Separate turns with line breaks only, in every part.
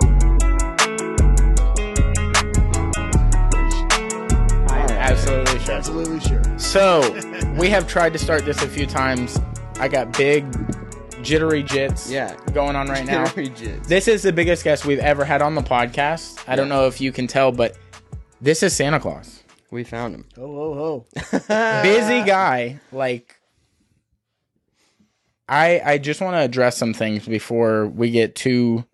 Oh.
So we have tried to start this a few times. I got big jittery jits
Yeah.
going on right now.
Jerry Jits.
This is the biggest guest we've ever had on the podcast. I don't
Yeah.
know if you can tell, but this is Santa Claus.
We found him.
Ho ho ho!
Busy
Uh,
guy. Like I I just want to address some things before we get too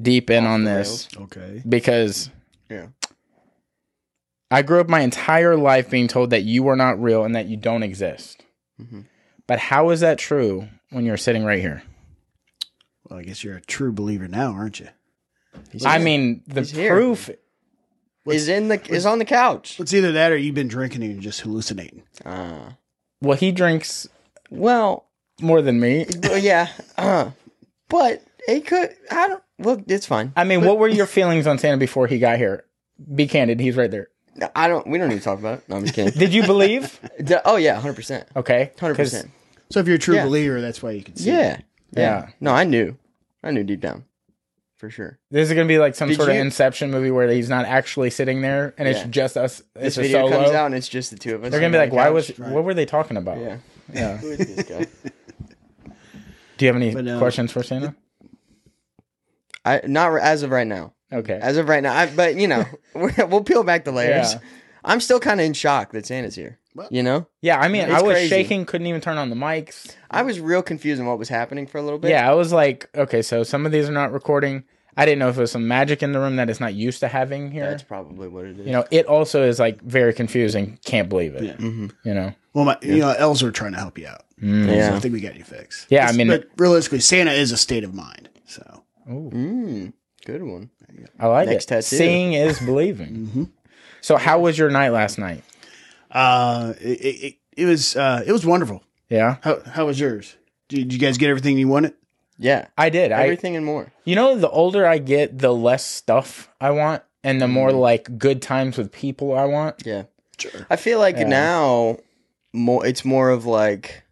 deep in on
the
this
Okay.
because
Yeah.
I grew up my entire life being told that you are not real and that you don't exist.
Mhm.
But how is that true when you're sitting right here?
Well, I guess you're a true believer now, aren't you?
He's
I
here.
mean, the
He's here.
proof.
is in the is on the couch.
It's either that or you've been drinking and you're just hallucinating.
Uh,
Well, he drinks
well,
more than me.
well, yeah, uh, but it could. I don't. Look, it's fine.
I mean, what were your feelings on Santa before he got here? Be candid. He's right there.
No, I don't. We don't need to talk about it. No, I'm just kidding.
Did you believe?
D- oh yeah, hundred percent,
Okay, 'cause-
hundred percent.
So if you're a true
Yeah.
believer, that's why you can see.
Yeah,
Yeah.
yeah. No, I knew. I knew deep down, for sure.
This is gonna be like some
Did
sort
you-
of Inception movie where he's not actually sitting there and
Yeah.
it's just us. It's
This
a
video
solo.
comes out and it's just the two of us.
They're gonna be
on
like,
the
"Why
couch."
was?
right.
What were they talking about?"
Yeah.
Yeah.
Who is this guy?
Do you have any
But, uh,
questions for Santa?
I not r- as of right now.
Okay.
As of right now, I, but you know, we're- we'll peel back the layers.
Yeah.
I'm still kind of in shock that Santa's here.
Well-
You know,
Yeah, I mean,
It's
I was
crazy.
shaking, couldn't even turn on the mics.
I was real confused on what was happening for a little bit.
Yeah, I was like, okay, so some of these are not recording. I didn't know if it was some magic in the room that it's not used to having here.
that's probably what it is.
you know, it also is like very confusing. Can't believe it.
Yeah.
Mhm.
You know,
Well, my, you know, elves are trying to help you out.
Mm.
So I
yeah.
think we got you fixed.
Yeah, I
It's-
mean-
but realistically, Santa is a state of mind. So
Ooh,
Mm, good one.
I like
Next
it.
tattoo.
Seeing is believing. So, how was your night last night?
uh, it, it, it- it was uh, it was wonderful.
Yeah,
How how was yours? Did you guys get everything you wanted?
Yeah,
I did. I,
everything and more.
you know, the older I get, the less stuff I want, and the more
Mm.
like good times with people I want.
Yeah,
Sure.
I feel like
Yeah.
now more it's more of like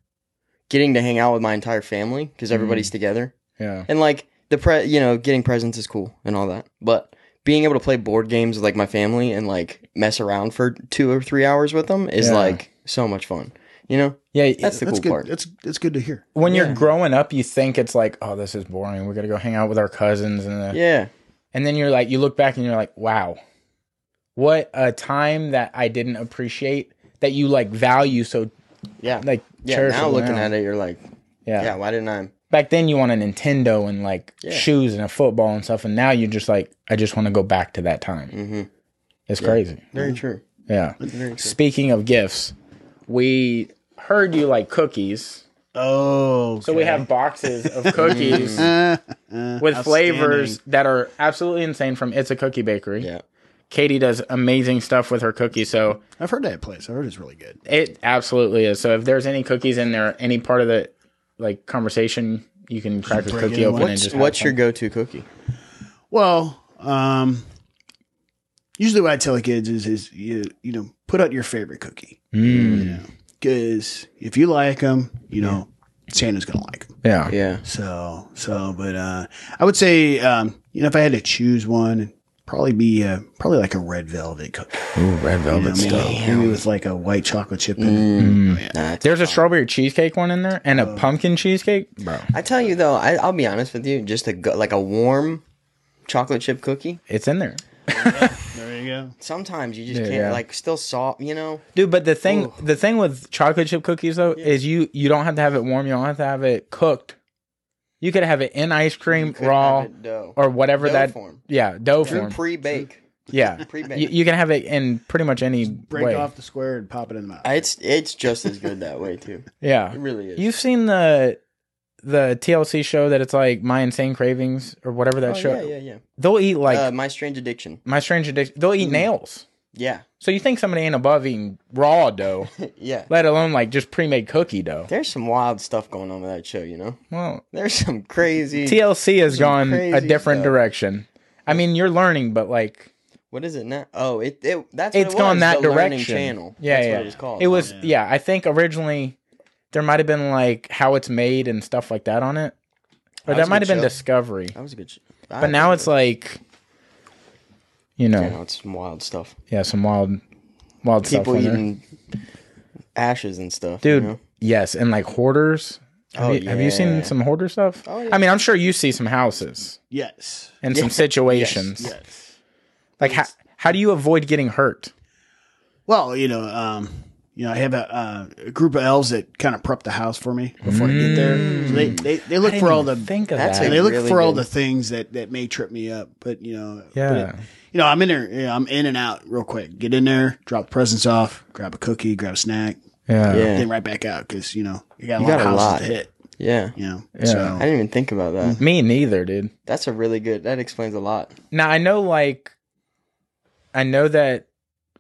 getting to hang out with my entire family because
Mm-hmm.
everybody's together
Yeah,
and like the pre you know getting presents is cool and all that, but being able to play board games with like my family and like mess around for two or three hours with them is
Yeah.
like so much fun. You know,
yeah.
that's the
That's
cool
good.
part.
That's that's good to hear.
when you're
Uh, Yeah.
growing up, you think it's like, oh, this is boring. We got to go hang out with our cousins, and uh,
Yeah,
and then you're like, you look back and you're like, wow, what a time that I didn't appreciate that you like value so
yeah,
like
yeah.
cherishable
Now looking
now.
at it, you're like,
yeah.
yeah, why didn't I?
Back then you want a Nintendo and like
Yeah.
shoes and a football and stuff, and now you're just like, I just want to go back to that time.
Mm-hmm.
It's crazy.
Very true.
Yeah.
Very true.
Speaking of gifts, we heard you like cookies,
Oh,
so we have boxes of cookies.
Mm.
with flavors that are absolutely insane from It's a Cookie Bakery.
Yeah.
Katie does amazing stuff with her cookies, so
I've heard that place. I heard it's really good.
it absolutely is. So if there's any cookies in there, any part of the like conversation, you can crack a
break
cookie
it in.
open and
What's-
just have
What's your
fun.
go-to cookie?
Well, um, usually what I tell the kids is, is you you know put out your favorite cookie
Mm,
because if you like them, you know Santa's gonna like them.
yeah.
Yeah.
So so, but uh, I would say um, you know if I had to choose one, it'd probably be uh, probably like a red velvet cookie.
red
You know,
velvet
maybe, maybe with like a white chocolate chip in it. Oh,
There's a strawberry cheesecake one in there and
Oh.
a pumpkin cheesecake. Bro,
I tell you though, I, I'll be honest with you, just a go- like a warm chocolate chip cookie.
it's in there,
There you go.
Sometimes you just
Yeah,
can't
yeah.
like still soft, you know.
dude. But the thing,
Oh.
the thing with chocolate chip cookies though, is you you don't have to have it warm. You don't have to have it cooked. You could have it in ice cream,
Could
raw,
have it dough.
or whatever
Dough
that
form.
yeah dough
True
form
pre-bake.
yeah
Pre-baked.
you, you can have it in pretty much any
Break
way
off the square and pop it in the mouth.
I- It's it's just as good that way too.
yeah
It really is.
you've seen the the TLC show that it's like my insane cravings or whatever that
oh,
show
yeah, yeah, yeah.
they'll eat like
uh, my strange addiction.
my strange addiction they'll
mm-hmm.
eat nails
Yeah,
so you think somebody ain't above eating raw dough
yeah.
let alone like just pre-made cookie dough
There's some wild stuff going on with that show, you know.
well
There's some crazy.
TLC has gone a
crazy
different
stuff.
direction I mean you're learning but like
what is it now? Oh, it, it that's what
it's
it
gone
was,
that
the Learning
direction.
Channel.
Yeah,
that's
yeah.
what it was called.
It was yeah. I think originally there might have been like how it's made and stuff like that on it. Or
That was
that
a
might have
good
been
show.
Discovery.
That was a good. Show.
But now it's like you
you
know,
know, it's some wild stuff.
yeah, some wild wild
people
stuff. on there.
eating ashes and stuff, you
Dude,
know?
yes, and like hoarders. Have,
Oh,
you, have you
yeah.
seen some hoarder stuff?
Oh, yeah.
I mean, I'm sure you see some houses
Yes.
and
Yeah.
some situations.
Yes. yes.
Like, how, how do you avoid getting hurt?
Well, you know, um, you know, I have a, uh, a group of elves that kind of prep the house for me before I get there. So they, they, they look
I
for
didn't
all the
even think of
That's
that.
they look
Really
for all
good.
the things that, that may trip me up. But you know, but
Yeah.
it- you know, I'm in there. You know, I'm in and out real quick. Get in there, drop the presents off, grab a cookie, grab a snack,
yeah,
Yeah.
then right back out because you know you got a
You
lot
got
of
a
houses
lot.
to hit.
Yeah.
You know,
Yeah.
I
so
didn't even think about that.
Me neither, dude.
That's a really good. That explains a lot.
Now I know, like, I know that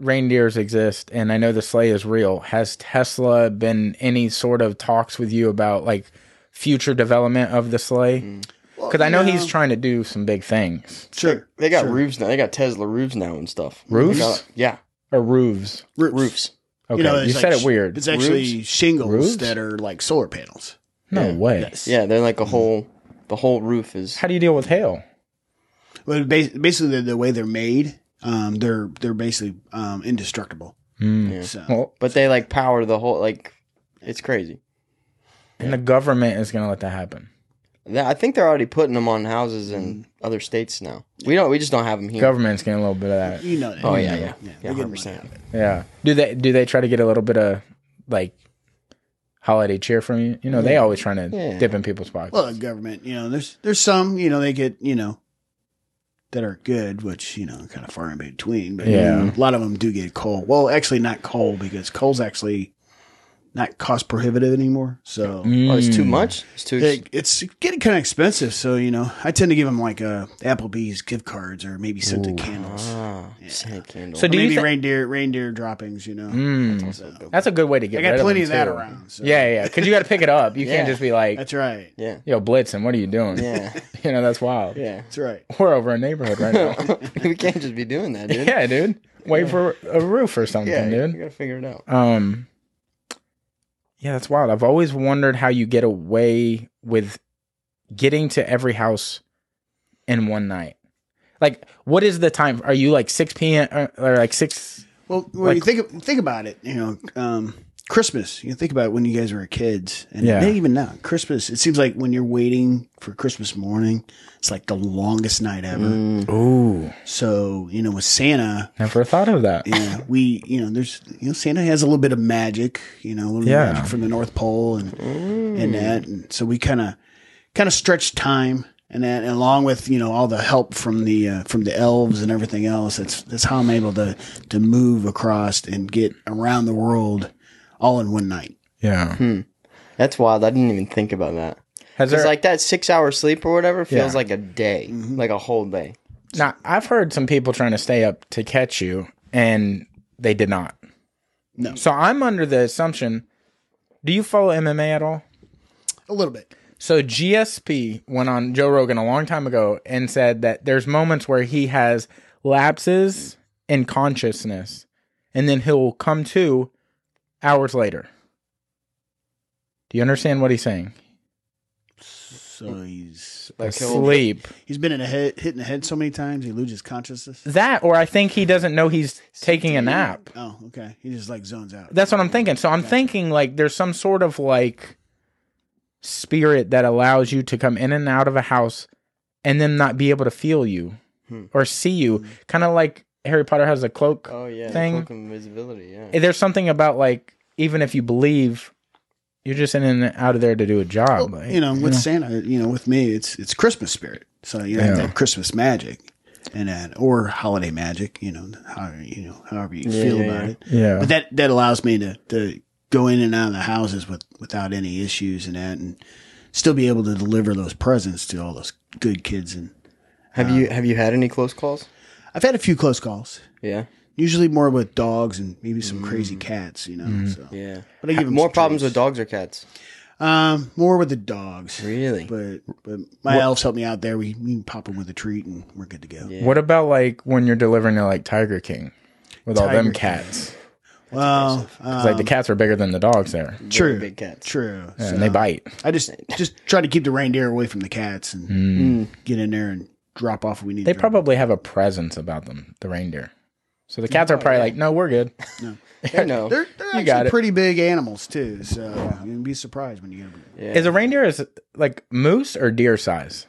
reindeers exist, and I know the sleigh is real. Has Tesla been any sort of talks with you about like future development of the sleigh? Because I know
you
he's trying to do some big things
sure
They got
sure.
roofs now. They got Tesla roofs now and stuff.
Roofs?
They got- yeah,
or roofs.
roofs.
roofs.
Okay, you,
know, it's like
said
sh-
it weird.
It's actually shingles
Roofs?
that are like solar panels.
No
yeah.
way.
Yes.
Yeah, they're like a whole. The whole roof is.
How do you deal with hail?
Well, bas- basically, the, the way they're made, um, they're they're basically um, indestructible.
Mm.
Yeah. Oh,
So
Well,
But they like power the whole. Like, it's crazy.
and the government is gonna let that happen.
Th- I think they're already putting them on houses in other states now. We don't. We just don't have them here.
Government's getting a little bit of that.
you know, that.
Oh,
You
yeah,
know,
yeah.
yeah.
yeah,
They're
hundred
getting money out
percent.
of it.
Yeah. Do they do they try to get a little bit of like holiday cheer from you? You know, they always trying to
Yeah.
dip in people's pockets.
Well, the government, you know, there's there's some, you know, they get, you know, that are good, which you know, kind of far in between. But
Yeah.
you know, a lot of them do get coal. Well, actually, not coal because coal's actually not cost prohibitive anymore. So
Oh, it's too
Mm.
much. It's too. ex-
it, it's getting kind of expensive. So you know, I tend to give them like uh, Applebee's gift cards or maybe scented candles.
ah,
Yeah.
scented candle.
So do you
maybe
thi-
reindeer reindeer droppings, you know.
Mm. That's a good way to get.
I got
rid
plenty
of,
of,
them,
that
too.
around. So.
Yeah, yeah, because you got to pick it up. You can't
Yeah.
just be like,
That's right.
yeah,
"Yo, Blitzen, what are you doing?"
yeah,
You know, that's wild.
yeah.
That's right.
We're over a neighborhood right now.
we can't just be doing that, dude.
yeah, dude. Wait for a roof or something,
yeah
dude.
We gotta figure it out.
Um, yeah, that's wild. I've always wondered how you get away with getting to every house in one night. Like, what is the time? Are you like six p.m. or, or like six?
Well, when you think of- think about it, you know, um, Christmas. You think about when you guys were kids, and
Yeah.
maybe even now, Christmas. It seems like when you're waiting for Christmas morning, it's like the longest night ever.
Mm. Ooh,
So you know, with Santa,
never thought of that.
yeah, we you know, there's you know, Santa has a little bit of magic, you know, a little
Yeah.
magic from the North Pole and
Mm.
and that, and so we kind of kind of stretch time. And that, and along with you know all the help from the uh, from the elves and everything else, that's that's how I'm able to to move across and get around the world all in one night.
Yeah,
That's wild. I didn't even think about that.
has
Because
there
like that six hour sleep or whatever feels
Yeah.
like a day, like a whole day.
now? I've heard some people trying to stay up to catch you, and they did not.
No.
So I'm under the assumption. Do you follow MMA at all?
A little bit.
So GSP went on Joe Rogan a long time ago and said that there's moments where he has lapses in consciousness and then he'll come to hours later. Do you understand what he's saying?
So he's
Like
Sleep.
he's been in a head, hit in the head so many times he loses consciousness.
That or I think he doesn't know he's taking a nap.
Oh, okay. He just like zones out.
That's what I'm thinking. So I'm thinking like there's some sort of like spirit that allows you to come in and out of a house and then not be able to feel you
Hmm.
or see you. Kind of like Harry Potter has a cloak.
Oh yeah,
Thing.
cloak of invisibility. Yeah.
There's something about like even if you believe you're just in and out of there to do a job. like,
you know, with Santa, you know, with me, it's it's Christmas spirit. So you have
Yeah.
that Christmas magic, and that or holiday magic. You know, how you know, however you
Yeah,
feel
yeah,
about
yeah.
it.
yeah.
But that that allows me to to go in and out of the houses with without any issues and that, and still be able to deliver those presents to all those good kids. And
Have you have you had any close calls?
I've had a few close calls.
Yeah.
Usually more with dogs and maybe some crazy cats, you know. So,
Yeah.
but I give 'em
More
some
problems with
treats.
dogs or cats.
Um, more with the dogs,
Really?
but but my elves help me out there. We, we pop them with a treat and we're good to go.
What about like when you're delivering to like Tiger King with all
Tiger
them
King.
cats? 'Cause,
Well, um,
like the cats are bigger than the dogs there.
true,
big cats.
true. So
And they bite.
I just just try to keep the reindeer away from the cats and
Mm.
Hmm.
get in there and drop off. What we need.
Hmm. They
to drop.
probably have a presence about them, the reindeer. So the cats are probably like, no, we're good.
I know.
They're, they're actually
got it.
pretty big animals too, so you'd be surprised when you get them.
Yeah.
Is a reindeer is like moose or deer size?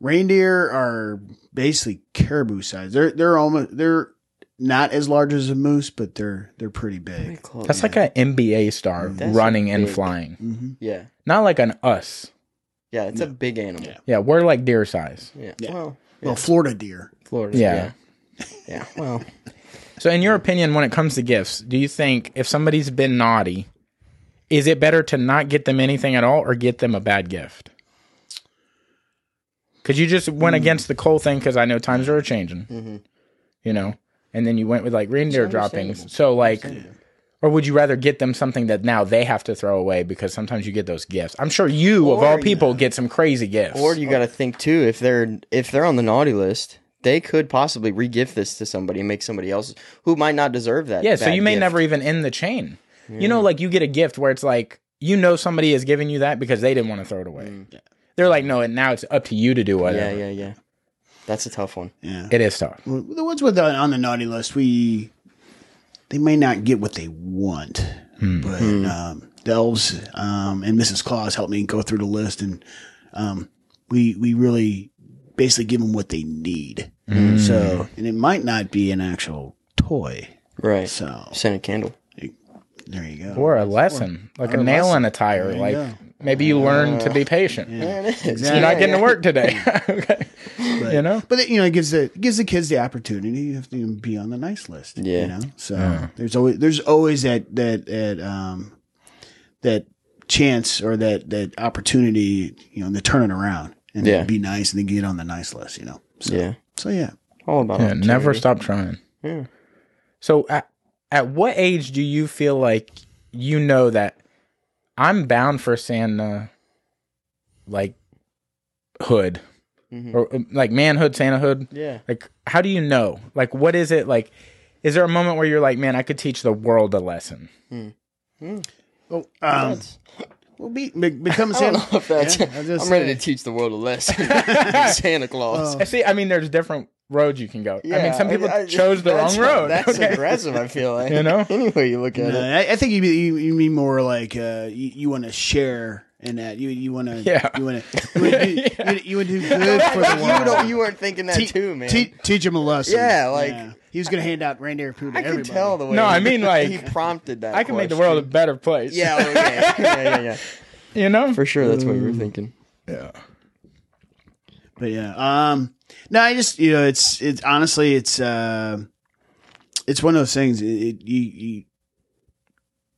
Reindeer are basically caribou size. They're they're almost they're not as large as a moose, but they're they're pretty big.
Close.
That's like an NBA star
Oh, That's
running and
big.
flying,
hmm
yeah.
not like an us.
Yeah, it's a big animal.
Yeah.
Yeah.
Yeah, we're like deer size.
Yeah.
Well,
Well, Florida deer.
Florida.
Yeah.
Yeah. yeah. Well,
So, in your opinion, when it comes to gifts, do you think if somebody's been naughty, is it better to not get them anything at all or get them a bad gift? Because you just
Hmm.
went against the coal thing because I know times are changing,
Mhm.
you know, and then you went with like reindeer
It's
droppings.
understandable.
So, like,
Understandable.
or would you rather get them something that now they have to throw away because sometimes you get those gifts? I'm sure you, of
Or
all
you-
people, get some crazy gifts.
or you got to think too if they're if they're on the naughty list, they could possibly regift this to somebody and make somebody else who might not deserve that.
Yeah, so
bad
you may
gift.
never even end the chain. You know, like you get a gift where it's like you know somebody is giving you that because they didn't want to throw it away. They're like, no, and now it's up to you to do
Yeah,
whatever.
yeah, yeah. That's a tough one.
Yeah,
It is tough.
Well, the ones with the, on the naughty list, we they may not get what they want, but
Hmm.
um, the elves um, and Mrs. Claus helped me go through the list, and um, we we really basically give them what they need. So, and it might not be an actual toy.
Right.
So
Send a candle.
there you go.
Oh, Or a lesson, like a nail in a tire.
you
like
go.
maybe you learn to be patient.
Exactly.
You're not getting to work today. okay. you know?
But it, you know, it gives the it gives the kids the opportunity to you know, be on the nice list.
Yeah.
You know, so there's always there's always that that that um that chance or that that opportunity. You know, to turn it around and
Yeah.
be nice and then get on the nice list. You know. So,
Yeah.
So yeah,
All about
Yeah,
opportunity.
never stop trying.
Yeah.
So at, at what age do you feel like you know that I'm bound for Santa like hood
Mhm.
or um, like manhood Santa hood?
Yeah.
Like how do you know? Like what is it like is there a moment where you're like, man, I could teach the world a lesson?
well, um,
Oh, That's-
well, be, be, become
I don't
Santa.
know if that's.
Yeah, I was
I'm
just
ready
saying.
to teach the world a lesson. Santa Claus.
Oh.
See, I mean there's different roads you can go. I mean some people
I- I-
chose the wrong
that's-
road.
That's
okay?
aggressive. I feel like
You know?
Any way you look at
No,
it.
Uh, I, I think you, you you mean more like uh, you, you want to share in that you you want to
Yeah.
you want to you, wanna do-
Yeah.
you, you would do good for the
you
world.
don't. You weren't thinking that
Te-
too, man.
te- teach him a lesson.
Yeah, like-
he was gonna hand out reindeer food to
I can
everybody.
tell the way.
No, I
he-
mean, like,
he prompted that.
I can make the
question.
world a better place.
Yeah. Okay. yeah. Yeah. Yeah.
You know?
For sure. That's what we were thinking.
yeah.
But yeah, um, no, I just you know, it's it's honestly, it's uh, it's one of those things. It, it you you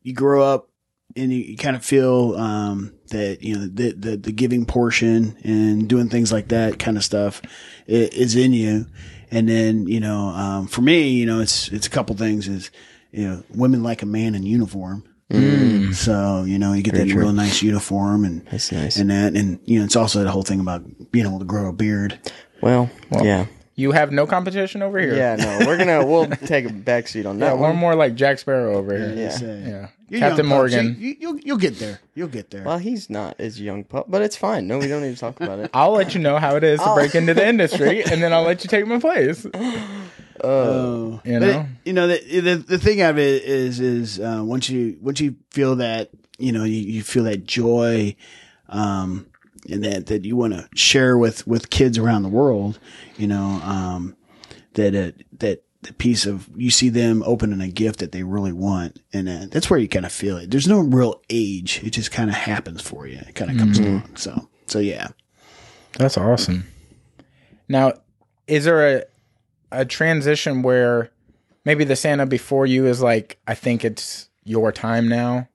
you grow up and you, you kind of feel um that you know the, the the giving portion and doing things like that kind of stuff i- is in you. And then you know, um, for me, you know, it's it's a couple things is you know, women like a man in uniform. So you know, you get that real nice uniform and
That's nice.
and that, and you know, it's also the whole thing about being able to grow a beard.
Well, Yeah.
You have no competition over here.
Yeah. No, we're gonna. We'll take a backseat on
Yeah,
that
we're
one.
more like Jack Sparrow over here.
They
Yeah.
say. You're
Captain
young pups,
Morgan.
You, will you'll get there. You'll get there.
Well, he's not as young pup, but it's fine. No, we don't need to talk about it.
I'll let you know how it is to break into the industry, and then I'll let you take my place. Uh,
Oh,
you
But it-
know?
you know the, the the thing of it is is uh, once you once you feel that you know you, you feel that joy, um, and that that you want to share with with kids around the world, you know, um, that uh, that the piece of you see them opening a gift that they really want, and uh, that's where you kind of feel it. There's no real age; it just kind of happens for you. It kind of comes
Mm-hmm.
along. So so yeah.
That's awesome. Now, is there a a transition where maybe the Santa before you is like, I think it's your time now?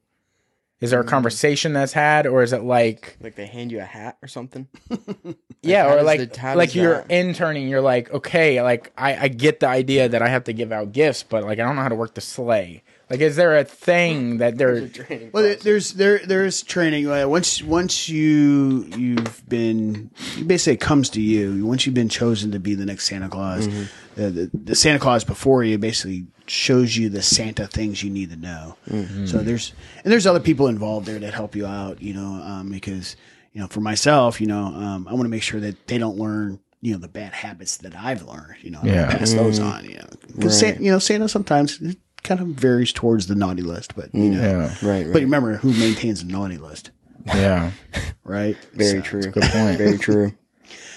Is
Mm.
there a conversation that's had, or is it like,
Like they hand you a hat or something.
yeah,
how
or
does
like,
the- how
like
does
you're
that-
interning, you're like, okay, like I, I get the idea that I have to give out gifts, but like I don't know how to work the sleigh. Like, is there a thing that they're
Well, there- there's there there's training. Uh, once once you you've been you basically it comes to you. Once you've been chosen to be the next Santa Claus, uh, the, the Santa Claus before you basically shows you the Santa things you need to know. So there's and there's other people involved there that help you out. You know, um, because you know for myself, you know, um, I want to make sure that they don't learn you know the bad habits that I've learned. You know,
Yeah.
pass those on. You know, 'Cause Sa-
Right.
you know Santa sometimes it kind of varies towards the naughty list, but you know,
Yeah.
Right.
but
right.
remember who maintains the naughty list,
Yeah.
right?
Very
So-
true.
Good point.
Very true.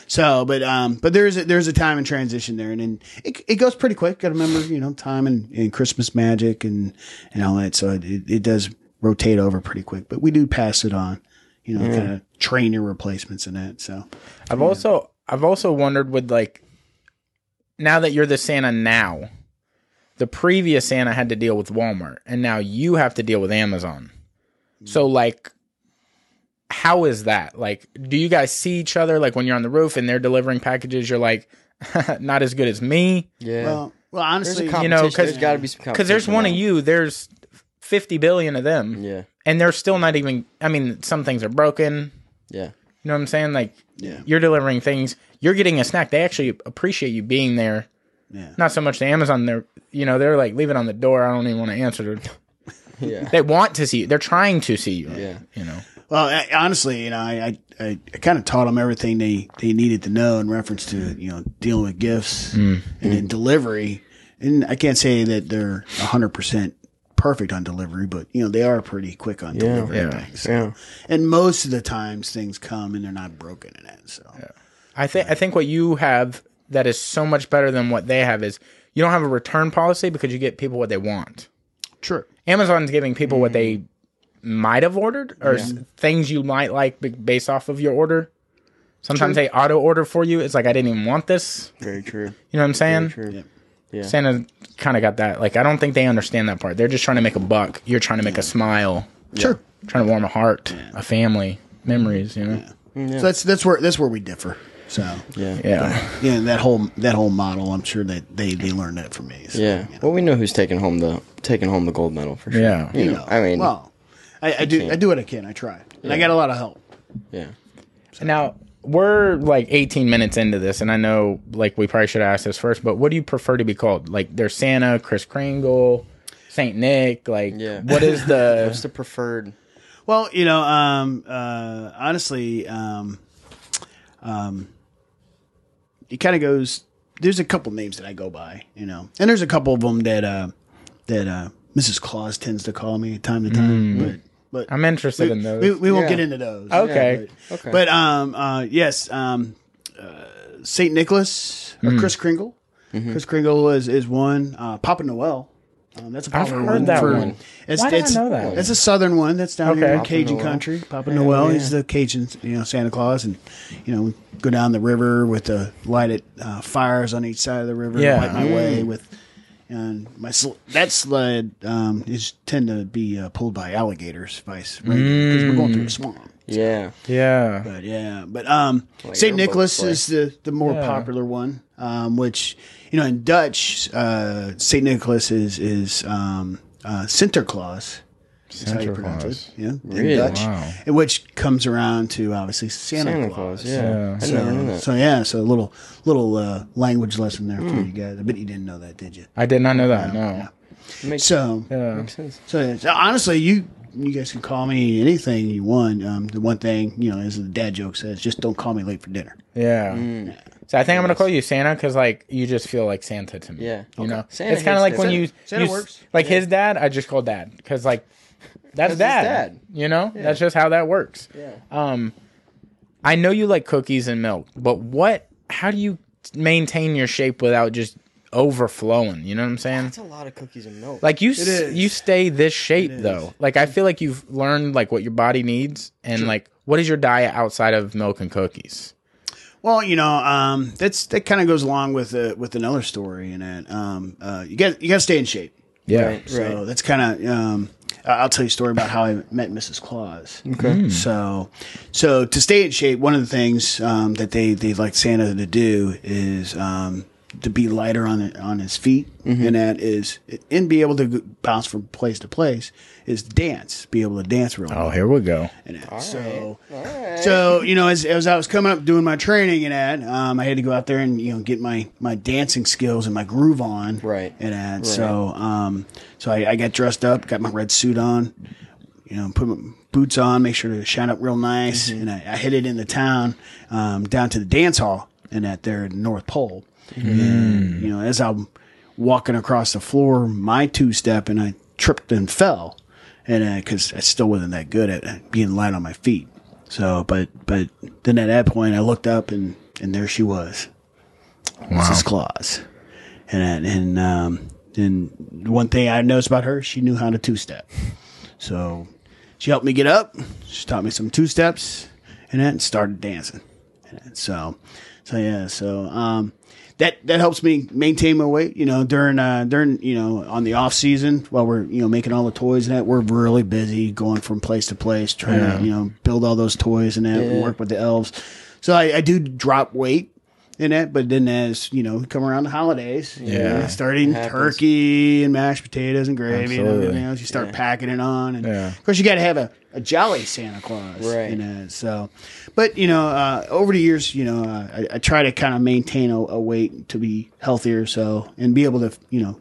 So, but um, but there's a, there's a time in transition there, and, and it it goes pretty quick. Got to remember, you know, time and, and Christmas magic and and all that. So it, it it does rotate over pretty quick, but we do pass it on. You know, kind of train your replacements in that. So
I've also I've also wondered with like now that you're the Santa now, the previous Santa had to deal with Walmart and now you have to deal with Amazon. So like how is that? Like do you guys see each other like when you're on the roof and they're delivering packages you're like not as good as me
Yeah.
well, well,
there's
honestly,
a competition.
you know, 'cause-
there's got to be some competition.
cuz there's one of
though.
you there's 50 billion of them
Yeah.
and they're still not even I mean some things are broken,
Yeah.
you know what I'm saying? Like
yeah,
you're delivering things, you're getting a snack. They actually appreciate you being there.
yeah,
Not so much to Amazon. They're you know they're like leave it on the door. I don't even want to answer.
Yeah.
They want to see you. They're trying to see you.
Yeah.
You know.
Well, I, honestly, you know, I I, I, I kind of taught them everything they, they needed to know in reference to you know dealing with gifts
Mm.
and then delivery. And I can't say that they're hundred percent perfect on delivery, but you know they are pretty quick on delivery
yeah,
things. So-
Yeah.
And most of the times things come and they're not broken in it. So
I think I think what you have that is so much better than what they have is you don't have a return policy because you get people what they want.
true.
Amazon's giving people what they
Hmm.
might have ordered or s things you might like b- based off of your order. Sometimes they auto order for you. It's like I didn't even want this.
Very true.
You know what I'm saying?
True.
Yep.
Yeah.
Santa kind of got that. Like, I don't think they understand that part. They're just trying to make a buck. You're trying to make a smile,
Sure.
trying to warm a heart, a family, memories. You know?
So that's that's where that's where we differ. So
Yeah.
Yeah.
yeah, that whole that whole model, I'm sure that they, they learned that from me. So,
Yeah. Well, we know who's taking home the taking home the gold medal for sure.
Yeah.
You know. I mean.
well, I, I do I do what I can. I try, and I got a lot of help.
Yeah.
Now we're like 18 minutes into this, and I know like we probably should have asked this first, but what do you prefer to be called? Like, there's Santa, Chris Kringle, Saint Nick. Like,
Yeah.
what is the
What's the preferred?
Well, you know, um, uh, honestly, um, um, it kind of goes. There's a couple names that I go by, you know, and there's a couple of them that uh, that uh, Mrs. Claus tends to call me time to time, but but
I'm interested in
we,
those.
we won't
Yeah.
get into those.
Okay.
Okay.
But um, uh, yes, um, uh, Saint Nicholas
Hmm.
or Chris Kringle.
Mm-hmm.
Chris Kringle is is one. Uh, Papa Noel. Um, that's a popular
heard that one.
It's,
Why did I
it's-
know that?
That's a southern one. That's down
Okay.
here in
Papa
Cajun
Noel.
country. Papa Noel is the Cajun, you know, Santa Claus, and you know, we go down the river with the lighted uh, fires on each side of the river.
Yeah.
Yeah. Light my way with, and my sl- that sled um, is tend to be uh, pulled by alligators, vice because we're going through a swamp.
Yeah.
yeah.
But yeah, but um,
airboat
Saint Nicholas
play.
is the the more
Yeah.
popular one, um, which you know in Dutch, uh, Saint Nicholas is is um, uh, Sinterklaas. That's how you pronounce it. Yeah,
Really?
in Dutch,
Wow.
and which comes around to obviously Santa,
Santa
Claus.
Claus. Yeah. I never knew
So,
that.
so yeah, so a little little uh, language lesson there
Hmm.
for you guys. I bet you didn't know that, did you?
I did not know that. No.
makes,
So
Yeah.
makes sense.
so, it's- honestly, you you guys can call me anything you want. Um, the one thing you know, as the dad joke says, just don't call me late for dinner.
Yeah.
Mm.
So I think I'm gonna call you Santa because like you just feel like Santa to me.
Yeah.
You know,
Santa
it's kind of
hates
like
that.
when you
Santa
you s-
works.
like his dad. I just call dad because like that's
his
dad,
dad.
You know, that's just how that works.
Yeah.
Um, I know you like cookies and milk, but what? How do you maintain your shape without just overflowing? You know what I'm saying?
That's a lot of cookies and milk.
Like you, s-
is.
you stay this shape though. Like I feel like you've learned like what your body needs and like what is your diet outside of milk and cookies.
Well, you know, um, that's that kind of goes along with uh, with another story in it. Um, uh, you got you got to stay in shape.
Yeah.
Right.
So that's kind of. Um, I- I'll tell you a story about how I met Mrs. Claus. Okay. So, so to stay in shape, one of the things um, that they they like Santa to do is um, to be lighter on the, on his feet, and that is and be able to go- bounce from place to place is dance, be able to dance real.
Oh, here we go.
And that. so, so you know, as, as I was coming up doing my training and that, um, I had to go out there and you know get my my dancing skills and my groove on,
Right.
And that. So, um, so I, I got dressed up, got my red suit on, you know, put my
Mm-hmm.
boots on, make sure to shine up real nice, and I, I headed into town, um, down to the dance hall. and that they're in the North Pole. And, you know, as I'm walking across the floor, my two step, and I tripped and fell, and because I still wasn't that good at being light on my feet. So, but but then at that point, I looked up and and there she was, Mrs. Claus, and and um and one thing I noticed about her, she knew how to two step. So she helped me get up. She taught me some two steps, and then started dancing. And so, so yeah, so um, that that helps me maintain my weight. You know, during uh, during you know on the off season while we're you know making all the toys and that we're really busy going from place to place trying to you know build all those toys and that and work with the elves. So I, I do drop weight in that, but then as you know come around the holidays,
Yeah.
yeah, starting
happens.
turkey and mashed potatoes and gravy and
Absolutely.
everything else. You start packing it on, and
Yeah.
of course you got to have a, a jolly Santa Claus,
Right.
You know, so, but you know, uh, over the years, you know, uh, I, I try to kind of maintain a, a weight to be healthier, so and be able to, you know,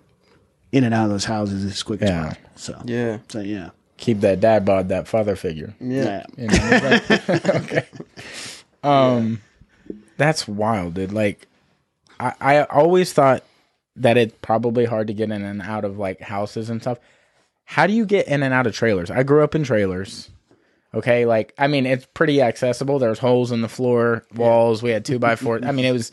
in and out of those houses as quick
Yeah.
as possible. So
Yeah.
so yeah,
Keep that dad bod, that father figure.
Yeah.
yeah.
You know, it's like- okay. Um, that's wild, dude. Like, I I always thought that it's probably hard to get in and out of like houses and stuff. How do you get in and out of trailers? I grew up in trailers. Okay, like I mean, it's pretty accessible. There's holes in the floor, walls. We had two by four. I mean, it was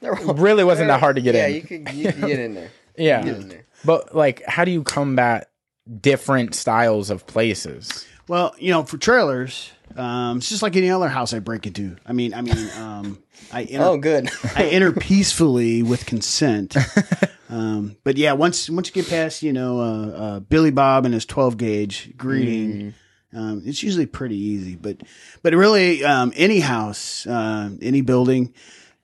They're all-
really wasn't that hard to get
yeah,
in.
you could you could get in there.
yeah,
Get in there.
but like, how do you combat different styles of places?
Well, you know, for trailers, um, it's just like any other house I break into. I mean, I mean, um, I enter-
Oh, good.
I enter peacefully with consent. Um, but yeah, once once you get past you know uh, uh, Billy Bob and his twelve gauge greeting, um, it's usually pretty easy. But but really, um, any house, um, any building,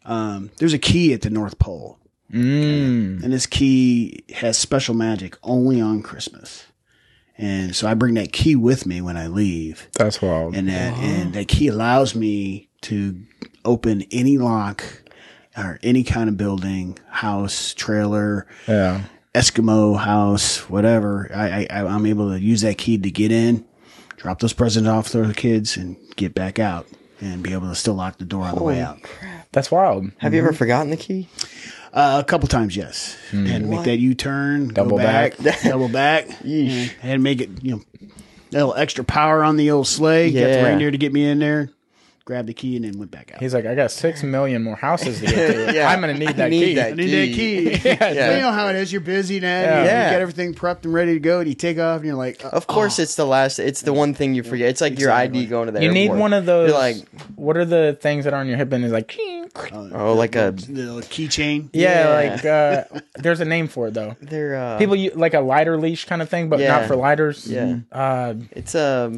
um, there's a key at the North Pole,
Mm.
and this key has special magic only on Christmas. And so I bring that key with me when I leave
That's wild.
and that and that key allows me to open any lock or any kind of building, house, trailer,
yeah.
Eskimo house, whatever. I, I I'm able to use that key to get in, drop those presents off to the kids, and get back out, and be able to still lock the door on the way out.
That's wild.
Have you ever forgotten the key?
Uh, a couple times, yes. And make that U turn,
Double
go back, double back,
Yeesh.
and make it you know that little extra power on the old sleigh. Got
Yeah.
the reindeer to get me in there. Grabbed the key and then went back out.
He's like, I got six million more houses to get to.
Yeah.
I'm gonna need
I
that
need
key.
that.
I need that key.
Yeah.
You know how it is. You're busy now.
Yeah.
You,
Yeah.
get everything prepped and ready to go, and you take off, and you're like, uh,
Of course, it's the last. It's the one thing you forget. It's like your ID going to the
You need
airport.
one of those.
You're like,
what are the things that are on your hip and is like? Yeah,
oh, like a
the little keychain.
Yeah.
like uh, there's a name for it though.
they're uh,
People u- like a lighter leash kind of thing, but not
Yeah.
for lighters.
Yeah.
Uh,
It's um,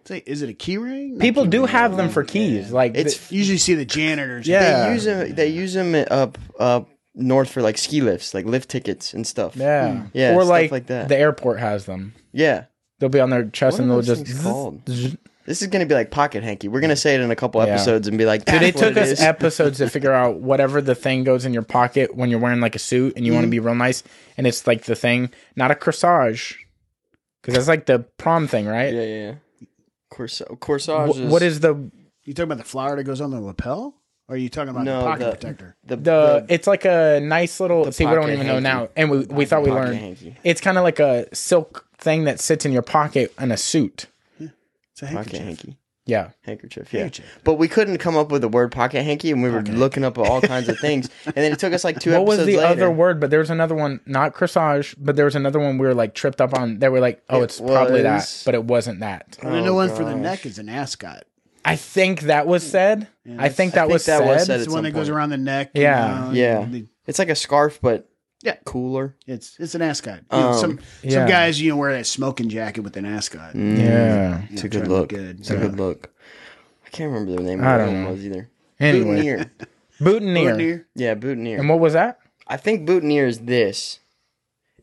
It's like, is it a key ring? Not
people
key
do
ring.
have them for keys. Like
It's
th-
You usually see the janitors.
Yeah.
they use them. They use them up up north for like ski lifts, like lift tickets and stuff.
yeah,
Mm. Yeah,
or
stuff
like,
like that.
the airport has them.
yeah.
They'll be on their chest
What
and
are
they'll
those
just.
things called? This is gonna be like pocket hanky. We're gonna say it in a couple
Yeah.
episodes and be like,
Dude,
"That's
it
what
took us
is."
episodes to figure out whatever the thing goes in your pocket when you're wearing like a suit and you
Mm-hmm.
want to be real nice, and it's like the thing, not a corsage, because that's like the prom thing, right?
yeah, yeah. yeah. Corsa-
Wh-
corsage.
what is the
You talking about the flower that goes on the lapel, or are you talking about
No,
the pocket
the-
protector?
the
the? It's like a nice little.
the
See, we don't
pocket
even know
hanky.
now, and we we thought we
pocket
learned.
hanky.
It's kind of like a silk thing that sits in your pocket in a suit.
It's a
pocket
handkerchief.
hanky?
Yeah,
handkerchief. Yeah.
Handkerchief.
But we couldn't come up with the word pocket hanky, and we were looking up all kinds of things. And then it took us like two
what was
episodes
the
later.
other word? But there was another one, not corsage, but there was another one we were like tripped up on. That we're like, oh,
It
it's probably that,
was-
but it wasn't that.
And then the one for the
gosh.
neck is an ascot.
I think that was said. I
that's-
think that
I think
was
that
said.
was said.
It's
at
the one
some
that goes
point.
around the neck.
Yeah.
and, uh,
Yeah.
the-
It's like a scarf, but
Yeah.
cooler.
it's it's an ascot. You know,
Um,
some
yeah. Mm.
some guys you know wear that smoking jacket with an ascot.
Yeah.
It's
Yeah,
a good
trying to
look.
be good,
It's a good look. I can't remember the name of
I
the
don't
one
know.
was either.
Anyway, boutonniere.
Boutonniere. Yeah, boutonniere.
And what was that?
I think boutonniere is this,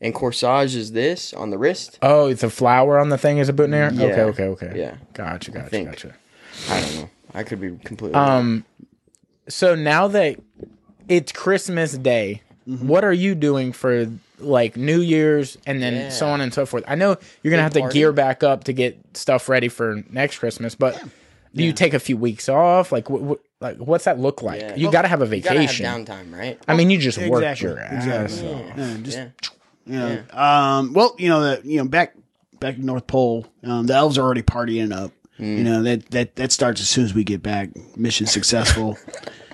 and corsage is this on the wrist.
Oh, it's a flower on the thing is a boutonniere.
Yeah.
Okay, okay, okay.
Yeah.
Gotcha, gotcha,
think.
gotcha.
I don't know. I could be completely.
Um, so now that it's Christmas Day,
Mm-hmm.
what are you doing for like New Year's and then
Yeah.
so on and so forth? I know you're gonna have to
party.
gear back up to get stuff ready for next Christmas, but do you take a few weeks off? Like, wh- wh- Like, what's that look like?
Yeah.
You got to have a
You gotta have
vacation.
downtime, right?
I mean, you just worked
Exactly,
your ass
exactly.
off.
Yeah.
Yeah, just
yeah.
You know, um, well, you know the you know back back in North Pole, um, the elves are already partying up.
Mm.
You know that that that starts as soon as we get back. Mission successful.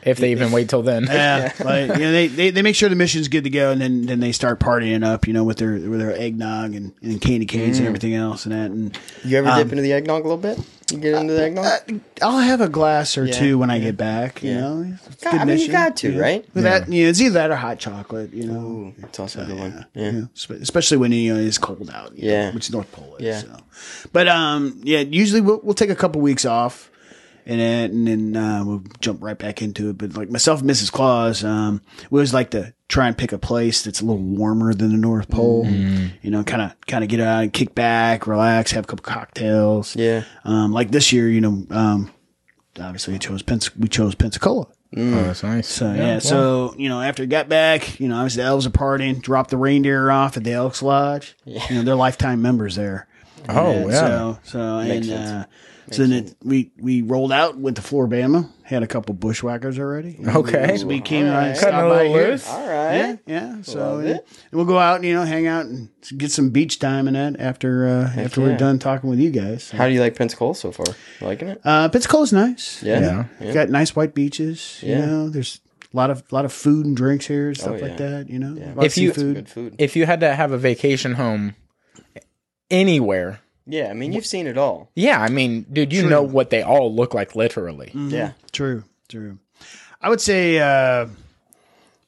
If they even wait till then.
yeah, like you know they, they, they make sure the mission's good to go, and then, then they start partying up. You know with their with their eggnog and, and candy canes
Mm.
and everything else and that. And
You ever
Um,
dip into the eggnog a little bit? You get into the
uh,
eggnog?
I'll have a glass or
Yeah,
two when I get back. You
yeah.
know, it's a
God, I mean, you got to,
yeah.
right?
With that, you know, it's either that or hot chocolate. You know,
Ooh, it's also a
uh,
good one.
Yeah.
Yeah.
Spe- Especially when you know, it's cold out. you know,
Yeah.
which North Pole is.
Yeah.
So. But um, yeah, usually we'll, we'll take a couple weeks off and then, and then uh, we'll jump right back into it. But like myself and Mrs. Claus, um, we always like to try and pick a place that's a little warmer than the North Pole.
Mm-hmm.
You know, kind of kind of get out and kick back, relax, have a couple cocktails.
Yeah.
Um, like this year, you know, um, obviously we chose Pens- we chose Pensacola.
Oh, that's nice.
Mm. So yeah, so you know, after I got back, you know, I was the elves are partying, dropped the reindeer off at the Elks Lodge. You know, they're lifetime members there.
oh,
And
yeah.
So so
Makes
and uh,
sense.
so then it, we we rolled out, went to Floribama, had a couple bushwhackers already.
Okay.
So we came out and
Cutting
stopped
a
by
little
here.
loose.
All
Yeah,
right.
yeah. So
Love
yeah.
it.
And we'll go out and you know hang out and get some beach time and that after uh, after we're
yeah.
done talking with you guys. So.
How do you like Pensacola so far? You liking it?
Uh, Pensacola's nice.
Yeah.
Yeah.
Yeah.
Got nice white beaches. You
Yeah.
know, there's a lot of lot of food and drinks here and stuff
Oh,
like
yeah.
that. You know,
Yeah.
A lot
If
of
you-
seafood.
Good food.
if you had to have a vacation home anywhere,
yeah, I mean, you've seen it all.
yeah, I mean, dude, you know what they all look like literally.
Yeah.
True, true. I would say, uh,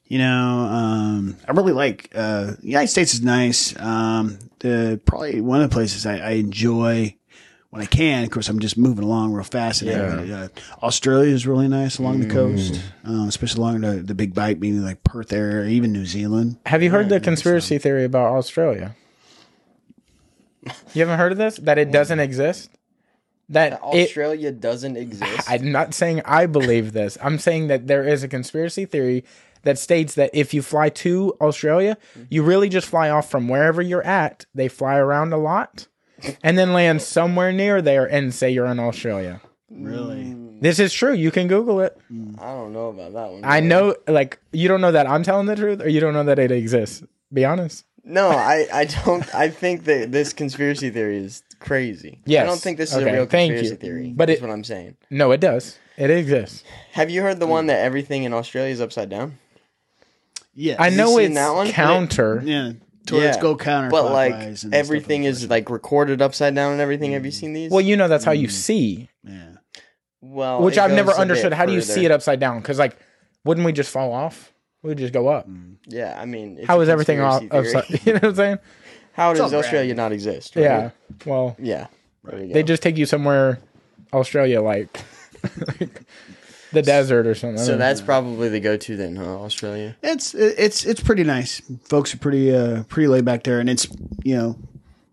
you know, um, I really like uh, the United States is nice. Um, the probably one of the places I, I enjoy when I can. Of course, I'm just moving along real fast. And everything. uh, Australia is really nice along
Mm.
the coast, um, especially along the, the Big Bite, meaning like Perth area, even New Zealand.
Have you heard the conspiracy theory about Australia? You haven't heard of this? That it doesn't exist? That it,
Australia doesn't exist.
I'm not saying I believe this. I'm saying that there is a conspiracy theory that states that if you fly to Australia, you really just fly off from wherever you're at. They fly around a lot and then land somewhere near there and say you're in Australia.
Really,
This is true. You can Google it.
I don't know about that one.
I
man.
know, like, you don't know that I'm telling the truth or you don't know that it exists. Be honest.
No, I, I don't. I think that this conspiracy theory is crazy. I
Yes.
don't think this is
Okay,
a real
thank you.
conspiracy theory.
But
that's
it-
what I'm saying.
No, it does. It exists.
Have you heard the
Mm.
one that everything in Australia is upside down?
yeah,
I know
seen
it's
that one?
counter.
yeah. Towards
Yeah,
go counter,
But like everything is like recorded upside down and everything. Have you seen these?
Mm. Well, you know that's how you see,
yeah.
Hmm. well
which
it
I've never
goes a bit
understood. How do you
further.
see it upside down? Because like, wouldn't we just fall off? We would just go up.
Yeah, I mean, Hmm. it's
How
a
is everything off,
conspiracy theory.
upside? You know what I'm saying?
How does
all
Australia not exist? right?
Yeah. Well,
yeah. There you
they
go.
just take you somewhere, Australia, like the desert or something.
so that's probably the go-to then, huh? Australia.
It's it's it's pretty nice. Folks are pretty uh pretty laid back there, and it's you know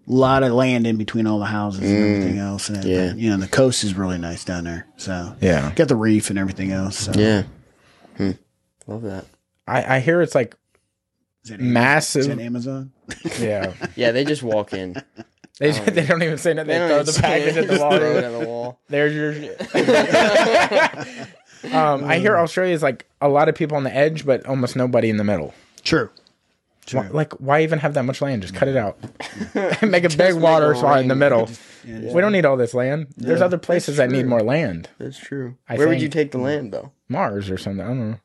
a lot of land in between all the houses and everything else, and
yeah.
you know the coast is really nice down there. So
yeah.
got the reef and everything else. So.
Yeah. Hmm. Love that.
I, I hear it's like
Is it Amazon? Is it
massive.
Amazon?
Yeah.
Yeah, they just walk in.
They
Oh,
just, they don't even say nothing. They, throw the package at the
Throw it
wall.
at the wall.
There's your. um, I hear Australia is like a lot of people on the edge, but almost nobody in the middle.
True.
Why, like, why even have that much land? Just cut it out. make a big water
a
spot in the
ring.
middle. We don't need all this land. There's other places that need more land.
That's true.
I
Where would you
think-
take the land though?
Mars or something. I don't know.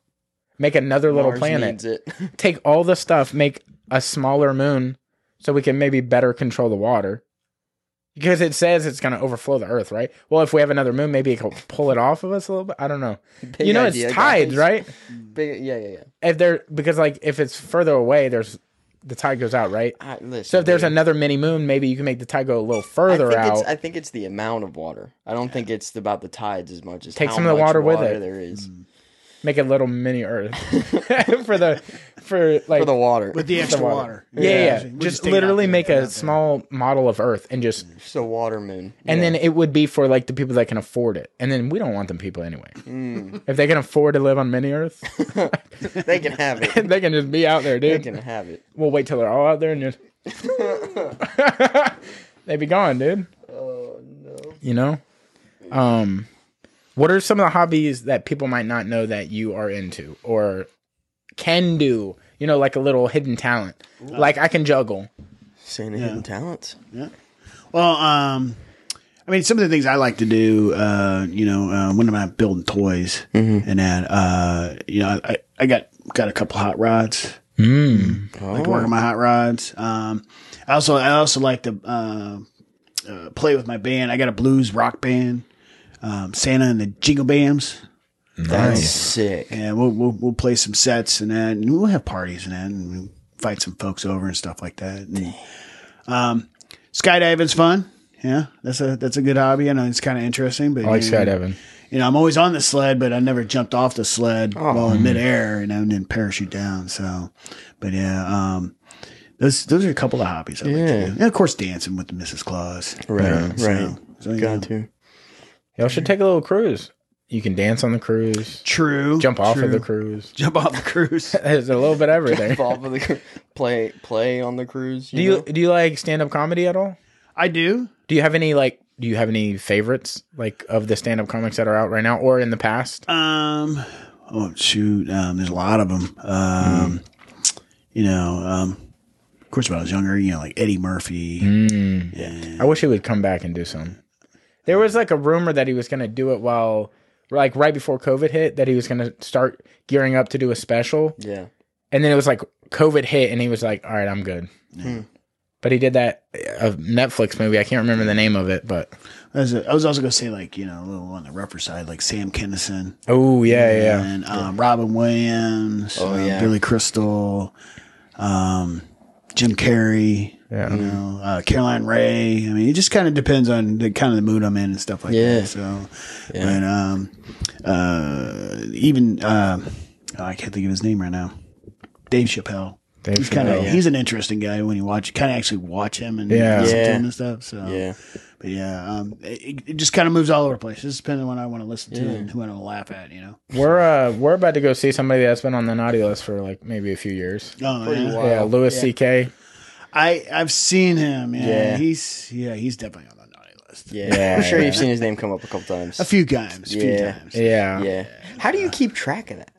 Make another little
Mars
planet.
needs it.
Take all the stuff, make a smaller moon so we can maybe better control the water. Because it says it's going to overflow the Earth, right? Well, if we have another moon, maybe it can pull it off of us a little bit. I don't know.
Big
you know,
idea,
it's tides,
guys.
right?
Big, yeah, yeah, yeah.
If there, because like if it's further away, there's the tide goes out, right?
I, listen,
So if there's
dude,
another mini moon, maybe you can make the tide go a little
I
further
think
out.
It's, I think it's the amount of water. I don't think it's about the tides as much as
Take
how
some of the
much
water with it. Hmm.
There is
make a little mini Earth for the for like
for the water.
With the extra
water.
water.
yeah yeah,
We're
just,
taking out
literally
the-
make a
out the-
small model of Earth and just
It's a water moon.
and then it would be for like the people that can afford it and then we don't want them people anyway
Hmm.
if they can afford to live on mini Earth
then they can have it.
they can just be out there
They
dude
can have it.
we'll wait till they're all out there and just they be gone dude oh no you know um What are some of the hobbies that people might not know that you are into or can do? You know, like a little hidden talent. Like I can juggle.
Saying the hidden talents.
Well, um, I mean, some of the things I like to do, uh, you know, uh, when I'm out building toys and that, uh, you know, I, I got, got a couple hot rods. I like to work on my hot rods. Um, I also, I also like to, uh, uh, play with my band. I got a blues rock band, um, Santa and the Jingle Bams.
That's sick.
And we'll, we'll, we'll play some sets and that, and we'll have parties and that, and we'll invite some folks over and stuff like that. And, um, skydiving's fun. Yeah, that's a that's a good hobby. I know it's kind of interesting, but
I like
you know,
skydiving.
you know, I'm always on the sled, but I never jumped off the sled while
Mm-hmm.
in midair and I didn't parachute down. So, but yeah, um, those those are a couple of hobbies I like to do. And of course, dancing with the Mrs. Claus.
Right,
So-
right.
so, you know.
Got to.
Y'all should take a little cruise. You can dance on the cruise,
True.
jump off
true.
of the cruise.
jump off the cruise.
There's a little bit of everything.
Fall for the cru- play play on the cruise. You
Do
know?
you do you like stand up comedy at all?
I do.
Do you have any like do you have any favorites like of the stand up comics that are out right now or in the past?
Um, oh shoot, um, there's a lot of them. Um, you know, um, of course, when I was younger, you know, like Eddie Murphy.
Mm-hmm. Mm. I wish he would come back and do some. There was like a rumor that he was going to do it while like right before COVID hit that he was going to start gearing up to do a special
Yeah.
and then it was like COVID hit and he was like all right, I'm good. But he did that a Netflix movie. I can't remember the name of it, but
I was, I was also gonna say like you know a little on the rougher side, like Sam Kinison.
oh yeah, yeah, yeah.
and um, Robin Williams,
Oh,
uh,
yeah.
Billy Crystal, um, Jim Carrey,
Yeah.
you know, uh, Caroline Ray. I mean, it just kind of depends on the kind of the mood I'm in and stuff like
Yeah.
that. So, but um, uh, even uh, oh, I can't think of his name right now. Dave Chappelle.
Dave
he's kind of
Chappelle.
he's an interesting guy when you watch kind of actually watch him and
Yeah.
listen to
Yeah.
him and stuff. So
Yeah.
but yeah, um, it, it just kind of moves all over the place. Just depending on what I want to listen to and who I want to laugh at, you know.
We're uh we're about to go see somebody that's been on the naughty list for like maybe a few years.
Oh, yeah.
Yeah, Louis C.K.
I I've seen him. Yeah,
Yeah.
he's yeah he's definitely on the naughty list.
Yeah. I'm sure you've seen his name come up a couple times.
A few times, a few
Yeah.
times.
Yeah.
yeah. How do you keep track of that?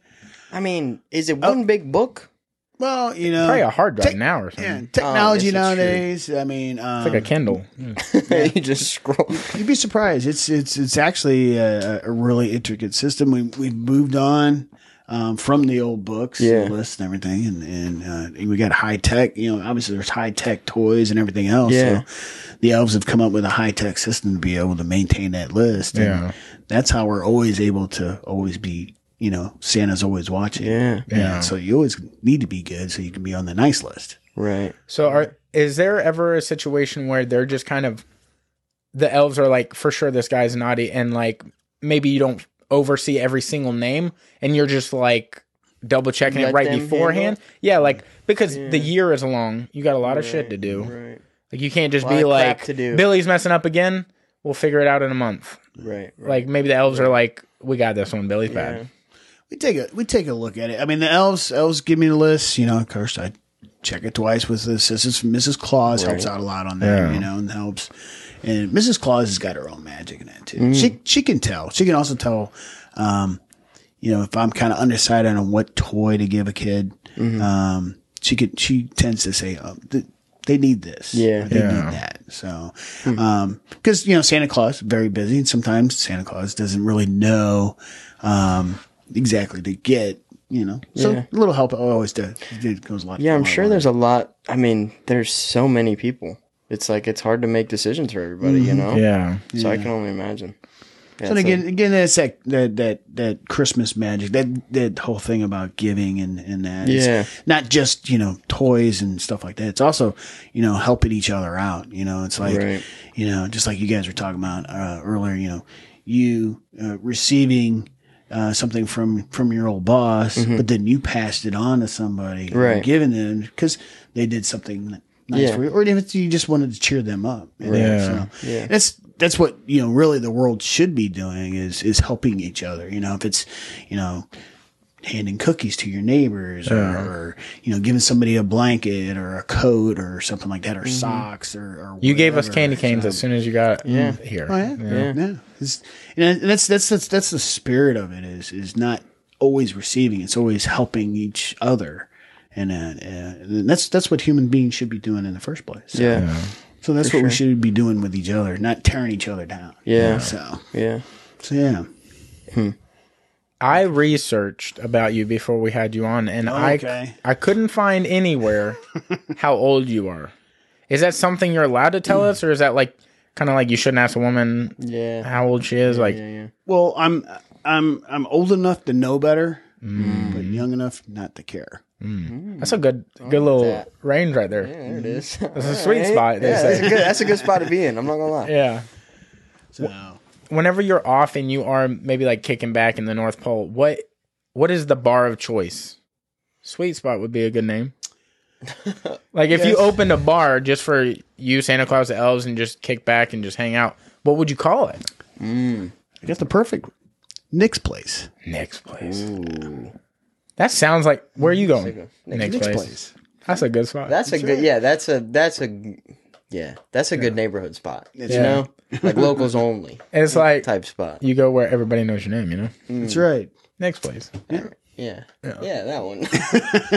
I mean, is it one big book?
Well, you know,
Probably a Oh, hard drive
Tech-
now or something.
yeah, technology
it's true.
nowadays. I mean, um,
It's like a Kindle.
you just scroll.
you'd be surprised. It's it's it's actually a, a really intricate system. We we've moved on. Um, from the old books,
Yeah.
and lists and everything, and and uh, we got high tech. You know, obviously there's high tech toys and everything else.
Yeah.
So the elves have come up with a high tech system to be able to maintain that list. And
Yeah.
that's how we're always able to always be. You know, Santa's always watching.
Yeah.
Yeah.
So you always need to be good so you can be on the nice list.
Right.
So are is there ever a situation where they're just kind of the elves are like for sure this guy's naughty and like maybe you don't oversee every single name and you're just like double checking it
Let
right
them
beforehand?
handle
Yeah, like because the year is long. You got a lot of shit to do.
Right.
Like you can't just
Lot
be
of crap
like
to do.
Billy's messing up again. We'll figure it out in a month.
Right. right.
Like maybe the elves are like, we got this one. Billy's
Yeah.
bad.
We take a we take a look at it. I mean, the elves elves give me the list. You know, of course, I check it twice with the assistance from Mrs. Claus. Helps out a lot on that.
Yeah.
You know, and helps. And Mrs. Claus has got her own magic in that too.
Mm.
She she can tell. She can also tell. Um, you know, if I'm kind of undecided on what toy to give a kid,
Mm-hmm.
um, she could she tends to say, oh, th- they need this.
Yeah.
They
Yeah. Hmm.
need that. So, um, cause you know, Santa Claus, very busy and sometimes Santa Claus doesn't really know, um, exactly to get, you know, so
Yeah.
a little help always does. It goes a lot.
Yeah, I'm
a lot
sure
of
there's a lot. I mean, there's so many people. It's like it's hard to make decisions for everybody, you know.
Yeah.
So I can only imagine. Yeah,
So
it's a-
again, again, that's that, that that that Christmas magic, that that whole thing about giving and and that. It's
Yeah.
not just you know toys and stuff like that. It's also you know helping each other out. You know, it's like
Right.
you know just like you guys were talking about uh, earlier. You know, you uh, receiving. Uh, something from from your old boss, but then you passed it on to somebody, or
Mm-hmm. Right.
Giving them because they did something nice
Yeah.
for you, or even if you just wanted to cheer them up. you know,
Yeah.
so.
Yeah.
That's that's what you know. Really, the world should be doing is is helping each other. You know, if it's you know handing cookies to your neighbors or, or you know giving somebody a blanket or a coat or something like that
Mm-hmm.
or socks or, or
You gave us
whatever.
candy canes as soon as you got
Yeah.
here.
Oh yeah, yeah. It's- and that's, that's that's that's the spirit of it is is not always receiving; it's always helping each other, and uh, uh, and that's that's what human beings should be doing in the first place. So,
Yeah.
so that's what we should be doing with each other, not tearing each other down.
Yeah.
So
Yeah.
so yeah,
I researched about you before we had you on,
Oh,
and
Okay.
I I couldn't find anywhere how old you are. Is that something you're allowed to tell us, or is that like kind of like you shouldn't ask a woman
Yeah.
how old she is? Like,
well, I'm I'm I'm old enough to know better, but young enough not to care.
that's a good good little
that.
range right there. Yeah,
There it is.
Mm-hmm. That's a sweet spot. They
yeah, that's a
say.
good. That's a good spot to be in. I'm not gonna lie.
yeah.
So
Whenever you're off and you are maybe like kicking back in the North Pole, what what is the bar of choice? Sweet spot would be a good name. Like if you
Yes.
opened a bar just for you, Santa Claus, the elves, and just kick back and just hang out, what would you call it?
I got the perfect one. Nick's place.
Next place. That sounds like where are you going? Next, place. That's a good spot.
That's a good. Yeah. That's a. That's a. Yeah. That's a good neighborhood spot. You
right.
know, like locals only
it's like
type spot.
you go where everybody knows your name. You know.
That's
Mm.
right.
Next place.
Yeah. Yeah. that one.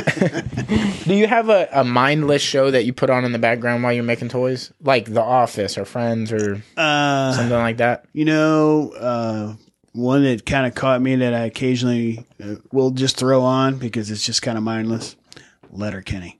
Do you have a, a mindless show that you put on in the background while you're making toys, like The Office or Friends or
Uh,
something like that?
You know, uh, one that kind of caught me that I occasionally uh, will just throw on because it's just kind of mindless. Letterkenny.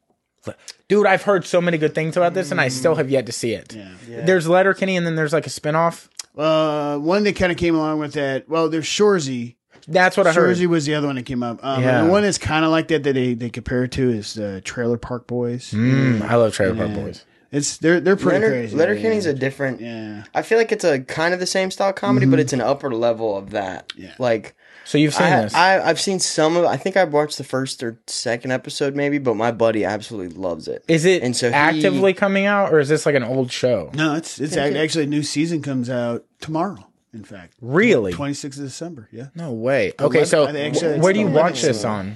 Dude, I've heard so many good things about this, and I still have yet to see it.
Yeah.
There's Letterkenny, and then there's like a spinoff.
Uh, one that kind of came along with that. Well, there's Shorzy.
That's what I heard.
Shorzy was the other one that came up. Um,
Yeah.
and the one that's kind of like that that they, they compare it to is uh, Trailer Park Boys.
Mm, I love Trailer Park Boys.
It's they're they're pretty
Leonard,
crazy.
Letterkenny's
yeah.
a different.
yeah.
I feel like it's a kind of the same style comedy,
Mm-hmm.
but it's an upper level of that.
Yeah.
Like
So you've seen
I,
this?
I I've seen some of. I think I watched the first or second episode maybe, but my buddy absolutely loves it.
is it
and so he-
actively coming out, or is this like an old show?
No, it's it's ac- actually a new season comes out tomorrow. In fact,
Really?
26th of December. Yeah.
No way. Okay,
Eleven-
so
I think actually
wh-
it's
where do you
eleven
watch this on?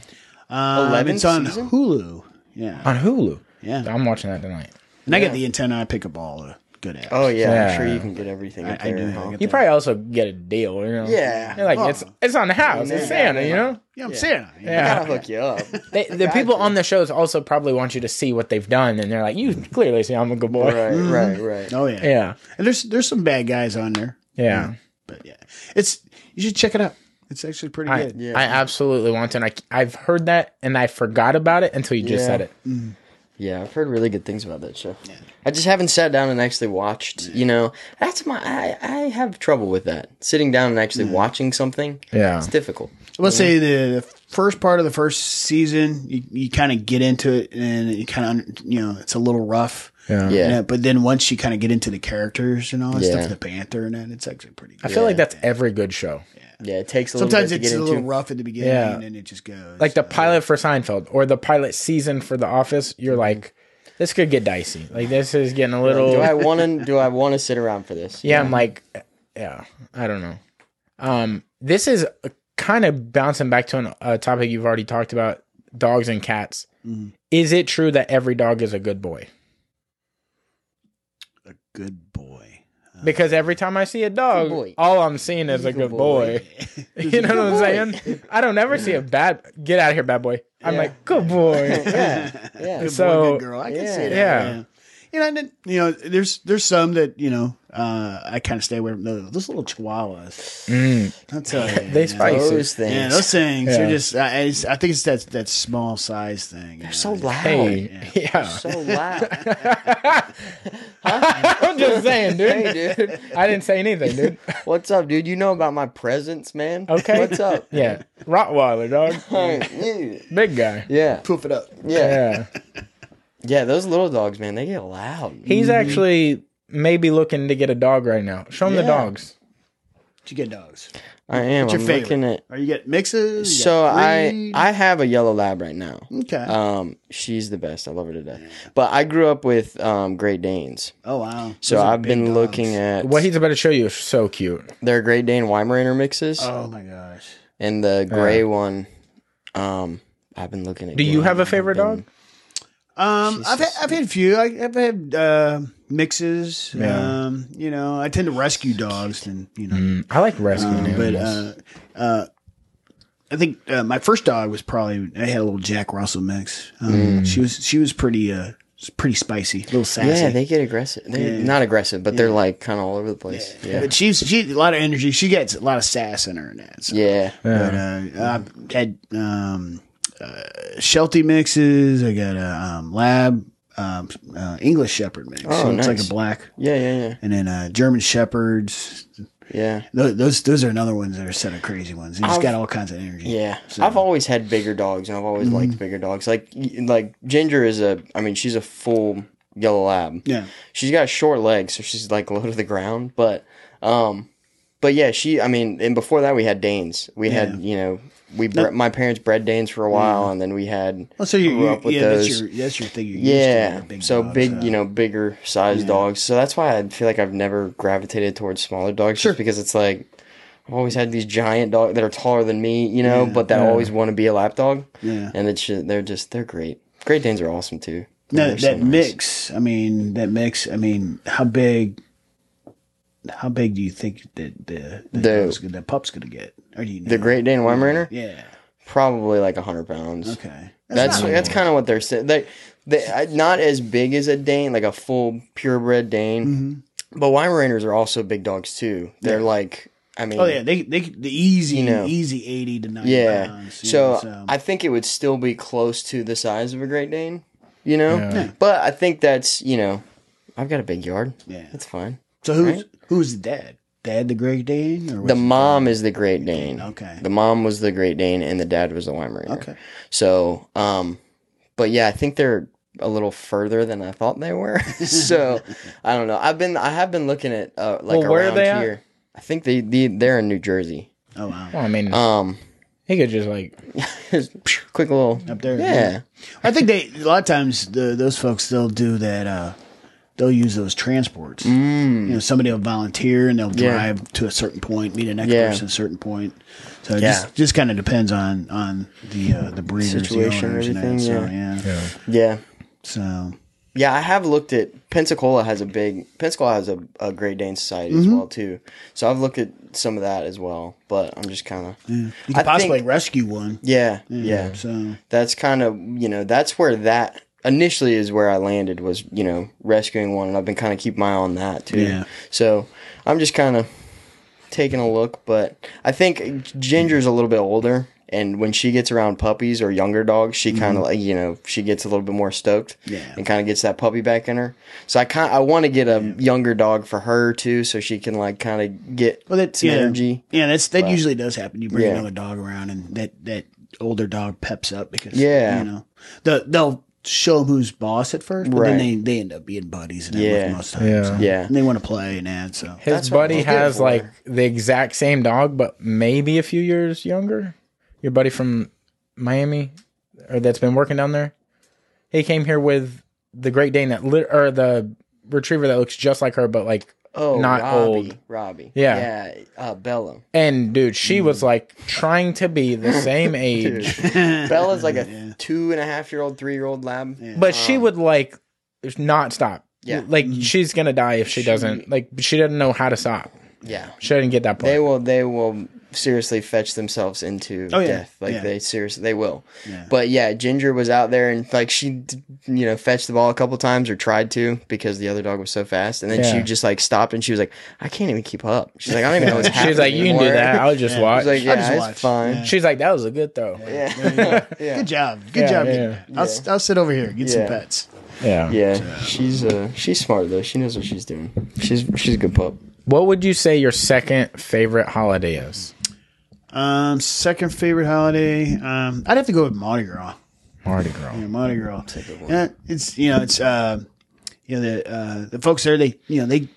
Um,
11th
it's on
season?
Hulu. Yeah.
On Hulu.
Yeah.
I'm watching that tonight.
And I get the antenna. I pick up all the good apps.
Oh yeah, I'm sure
Yeah.
you can get everything. up
I
there,
do, I
huh?
get
You probably also get a deal, you know?
Yeah.
You're like,
Oh.
it's it's on the house. It's Santa, you know?
yeah, I'm saying.
Yeah.
Gotta hook you up.
They, the people on the shows also probably want you to see what they've done, and they're like, you clearly see I'm a good boy.
right, right,
Mm-hmm.
right.
Oh yeah.
Yeah.
And there's there's some bad guys on there,
Yeah.
but yeah, it's you should check it out. It's actually pretty
I,
good.
I absolutely want to. And I, I've heard that, and I forgot about it until you just
Yeah.
said it.
Yeah, I've heard really good things about that show. I just haven't sat down and actually watched. You know, that's my. I, I have trouble with that. Sitting down and actually watching something.
Yeah.
It's difficult.
I will say the, the first part of the first season, you, you kind of get into it, and you kind of you know it's a little rough.
Yeah.
Yeah.
Yeah, but then once you kind of get into the characters and all that
Yeah.
stuff, the banter and that, it's actually pretty.
I
good.
feel like that's every good show.
Yeah, it takes a little
Sometimes
bit
it's
to
a
get
little
into.
rough at the beginning,
Yeah.
and then it just goes
Like the pilot for Seinfeld or the pilot season for The Office, you're like, this could get dicey. Like, this is getting a little.
Do I want to? Do I want to sit around for this?
yeah, I'm like, yeah, I don't know. Um, this is kind of bouncing back to an, a topic you've already talked about: dogs and cats. Is it true that every dog is a good boy?
a good boy.
Because every time I see a dog,
Good boy.
all I'm seeing is a good,
Good
boy.
boy.
you know what I'm saying? I don't ever see a bad. Get out of here, bad boy. I'm
Yeah.
like, good boy.
Yeah, yeah.
good
So-
boy, good girl. I can
Yeah.
see that.
Yeah.
You know, and then, you know, there's there's some that you know uh, I kind of stay away from those, those little chihuahuas.
Mm,
I'll tell you,
they
you know.
spicy.
Those things.
Yeah, those things
Yeah.
are just. I, I just- I think it's that that small size thing.
They're so loud.
Hey, yeah.
So loud.
I'm just saying, dude.
hey, dude.
I didn't say anything, dude.
What's up, dude? You know about my presence, man.
Okay.
What's up?
Yeah, Rottweiler dog,
Hey,
big guy.
yeah.
Poof it up.
Yeah.
Yeah.
Yeah, those little dogs, man, they get loud.
He's
Mm-hmm.
actually maybe looking to get a dog right now. Show him the
Yeah.
dogs.
Did you get dogs?
I am.
What's
I'm
your favorite?
looking at.
Are you get mixes? You
So
got
I
breed?
I have a yellow lab right now.
okay.
Um, she's the best. I love her to death. But I grew up with um Great Danes,
oh wow.
so
Those are
I've
big
been
dogs.
looking at
What he's about to show you is so cute.
their Great Dane Weimaraner mixes,
Oh my gosh.
and the gray one Um, I've been looking at.
Do you
Glenn.
have a
I've
favorite
been-
dog?
Um, I've had,
Jesus.
I've had a few. I, I've had uh, mixes.
Yeah.
Um, you know, I tend to rescue dogs, and you know,
Mm, I like rescuing
um, but
animals.
uh, uh, I think uh, my first dog was probably I had a little Jack Russell mix. Um,
Mm.
She was she was pretty uh s- pretty spicy, a little sassy.
Yeah, they get aggressive. They're not aggressive, but they're like kind of all over the place. Yeah. Yeah.
But she's she a lot of energy. She gets a lot of sass in her and that. So. But uh, I've had um, uh, Sheltie mixes. I got a um, lab um, uh, English Shepherd mix.
Oh,
so it's like
nice.
a black,
Yeah, yeah, yeah,
and then uh, German Shepherds.
yeah,
Those, those those are another ones that are a set of crazy ones. They just
I've-
got all kinds of energy.
yeah.
So-
I've always had bigger dogs, and I've always liked bigger dogs. Like, y- like Ginger is a. I mean, she's a full yellow lab.
yeah.
she's got short legs, so she's like low to the ground. But, um, but yeah, she. I mean, and before that, we had Danes. We had you know, we bre- my parents bred Danes for a while, and then we had
Well, Oh, so you
grew up
you-
with
yeah, that's
those.
your that's your thing. You're
yeah,
used to,
so
dogs,
big,
uh,
you know, bigger sized dogs. So that's why I feel like I've never gravitated towards smaller dogs, just because it's like. I've always had these giant dogs that are taller than me, you know, but that always want to be a lap dog,
Yeah.
and it's ju- they're just they're great. Great Danes are awesome too.
No,
They're
that
so nice.
mix. I mean, that mix. I mean, how big? How big do you think that the the,
The-
dog's gonna- the pup's gonna get? Or do you know?
the Great Dane Weimaraner,
Yeah.
probably like hundred pounds.
Okay.
That's
not-
that's kind of what they're saying. They they I- not as big as a Dane, like a full purebred Dane.
Mm-hmm.
But Weimaraners are also big dogs too. They're like, I mean,
Oh yeah, they they the easy
You know.
easy eighty to ninety
yeah.
pounds. you
so,
know,
I think it would still be close to the size of a Great Dane. You know,
Yeah. Yeah.
but I think that's you know, I've got a big yard.
yeah.
That's fine.
So who's
right?
who's the dad? Dad the Great Dane or was
The
it-
mom is the Great Dane.
Okay.
The mom was the Great Dane, and the dad was the Weimaraner.
Okay.
So, um, but yeah, I think they're a little further than I thought they were. so I don't know. I've been I have been looking at uh, like
Well, where are
around
they at?
here. I think they, they they're in New Jersey.
Oh wow.
well, I mean,
Um,
he could just like
quick little
Up there.
yeah.
I think they a lot of times the, those folks they'll do that. uh They'll use those transports. You know, somebody will volunteer and they'll
Mm. Yeah.
drive to a certain point, meet a next
Yeah.
person at a certain point. So it
Yeah.
just just kind of depends on on the uh, the breeders,
Situation,
the owners, and that.
everything,
So,
yeah.
yeah.
yeah.
So
Yeah, I have looked at Pensacola has a big Pensacola has a, a Great Dane Society as well too. So I've looked at some of that as well, but I'm just kind of
yeah. you
I
could possibly
think-
rescue one.
yeah, yeah.
So
that's kind of you know that's where that initially is where I landed was you know rescuing one, and I've been kind of keeping my eye on that too.
Yeah.
So I'm just kind of taking a look, but I think Ginger's a little bit older, and when she gets around puppies or younger dogs, she kind of like you know she gets a little bit more stoked,
Mm-hmm. Yeah.
and kind of gets that puppy back in her. So I kind I want to get a younger dog for her too, so she can like kind of get
Well, that's
some
yeah.
energy.
Yeah, that's that usually does happen. You bring
Yeah.
another dog around, and that that older dog peps up because
Yeah.
you know, the, they'll show them who's boss at first, but then
Right.
they they end up being buddies and
Yeah.
yeah. most times.
Yeah.
so.
Yeah.
and they want to play and that. So
his
That's what
buddy
I'm looking
has
for.
like the exact same dog, but maybe a few years younger. Your buddy from Miami, or that's been working down there. He came here with the Great Dane that lit or the retriever that looks just like her, but like
Oh,
Not
Robbie,
old.
Robbie.
Yeah.
yeah. Uh, Bella.
and dude, she
Mm.
was like trying to be the same age.
Bella's like a two and a half year old, three year old lab.
but she would like not stop.
Uh. Yeah. Mm.
Like she's gonna die if she, doesn't. Like she doesn't know how to stop.
Yeah.
She didn't get that
They
point.
will they will seriously fetch themselves into
yeah.
death. Like
Yeah.
they seriously they will.
Yeah.
But yeah, Ginger was out there and like she d- you know fetched the ball a couple times or tried to because the other dog was so fast and then she
Yeah.
just like stopped and she was like I can't even keep up. She's like I don't even know what's happening.
She's like, you can do
anymore."
that. I'll just
I
watch.
was like,
I'll just
yeah,
watch."
it's fine.
She's like, that was a good throw.
Yeah. Yeah.
good job, good
Yeah,
job.
yeah,
getting that. I'll, s- I'll sit over here and get
Yeah.
some pets.
Yeah.
Yeah, she's uh she's smart though. She knows what she's doing. She's she's a good pup.
What would you say your second favorite holiday is?
Um, second favorite holiday. Um, I'd have to go with Mardi Gras.
Mardi Gras.
Yeah, Mardi Gras. Yeah, it's you know it's uh, you know the uh, the folks there they you know they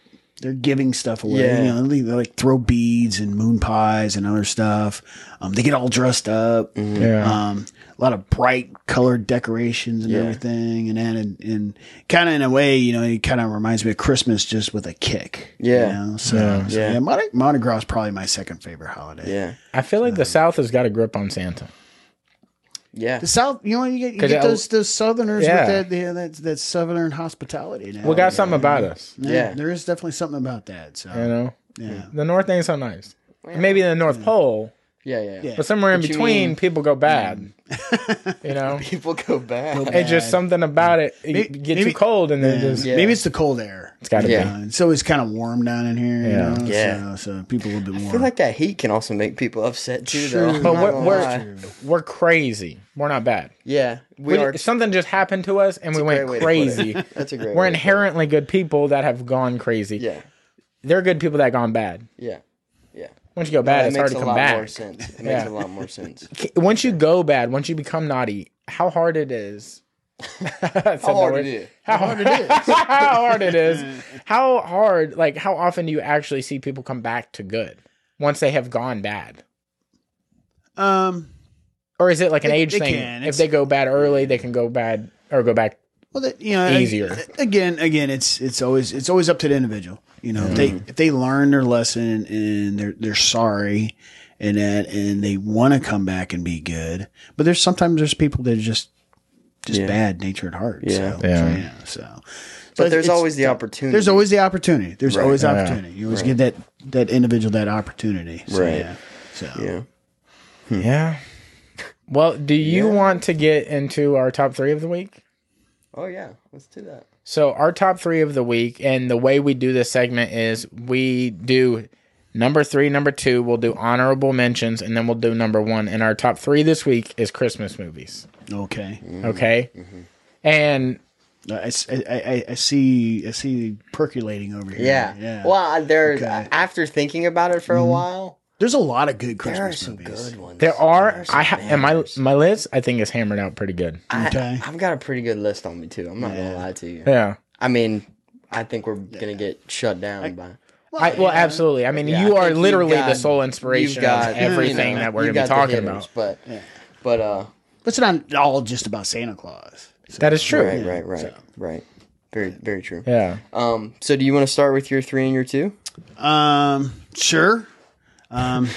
they're giving stuff away.
Yeah.
You know they, they like throw beads and moon pies and other stuff. Um, they get all dressed up.
Mm-hmm.
Yeah.
Um, a lot of bright colored decorations and
Yeah.
everything, and that and, and kind of in a way you know it kind of reminds me of Christmas just with a kick. you
Yeah.
know? So
Yeah.
yeah, so,
Yeah.
yeah Mardi, Mardi Gras is probably my second favorite holiday.
Yeah.
I feel like the South has got a grip on Santa.
Yeah.
The South, you know, you get, you
'Cause
get
it-
those those Southerners
Yeah.
with that, yeah, that that Southern hospitality. Now,
We got something about us,
Yeah,
Yeah.
there is definitely something about that. So
you know.
yeah,
The North ain't so nice. Maybe the North Pole,
Yeah, yeah.
Yeah.
but somewhere in
But you
between,
mean-
people go bad. you know,
People go back.
it's just
Bad.
something about it. It
May-
gets
maybe-
too cold, and then
Yeah.
it just
Yeah.
maybe it's the cold air.
it's got to
Yeah.
be.
Uh, it's always kind of warm down in here.
Yeah.
Yeah, you know?
Yeah.
So, so people a little bit
I
more.
feel like that heat can also make people upset too, though. But
True.
But
Not
we're
gonna
we're, we're crazy. We're not bad.
yeah, we,
We,
are.
something just happened to us, and we
a
went
great way to put it.
crazy.
That's a great.
we're
way to put
inherently good people that have gone crazy.
it. Yeah,
They're good people that gone bad.
yeah.
Once you go bad,
that
it's hard
makes a
to come
lot more
back.
sense. It
Yeah.
makes a lot more sense.
K- Once you go bad, once you become naughty, how hard it is. how
hard it is.
How hard it is. how hard it is. How hard, like, how often do you actually see people come back to good once they have gone bad?
um,
Or is it like an
They-
age
they
thing?
can.
If
It's-
they go bad early, they can go bad or go back.
well, that, you know,
Easier.
I- again, again, it's it's always it's always up to the individual. You know, if they
Mm-hmm.
if they learn their lesson and they're they're sorry and that and they want to come back and be good, but there's sometimes there's people that are just just
Yeah.
bad nature at heart.
Yeah.
so,
Yeah.
yeah, so. so
But
it's-
there's
it's-
always the opportunity.
There's always the opportunity. There's
Right.
always
Yeah.
opportunity. You always give that that individual that opportunity. So,
Right.
Yeah. So
yeah.
Yeah. Well, do you want to get into our top three of the week?
Oh yeah, let's do that.
So our top three of the week, and the way we do this segment is we do number three, number two. We'll do honorable mentions, and then we'll do number one. And our top three this week is Christmas movies.
okay.
Mm-hmm.
Okay, and
I, I, I, I see I see percolating over here.
Yeah.
yeah.
Well, I- there's
Okay.
after thinking about it for a while,
There's a lot of good
there are
Christmas
some
movies.
good ones.
there are
some
I ha- and my
bangers.
my list I think is hammered out pretty good.
I,
Okay.
I've got a pretty good list on me too. I'm not gonna lie to you.
Yeah,
I mean, I think we're gonna get shut down by.
I, well, absolutely. I mean,
Oh, Yeah,
you
I
are
think you've
literally the
got-
sole
you've
inspiration
got
of everything
you know,
that we're
you've
gonna be
got the
talking
hitters,
about.
But but uh,
But it's not all just about Santa Claus. So,
That is true.
right, right, right, right. Very very true.
Yeah.
Um, so do you want to start with your three and your two?
um, sure. Um,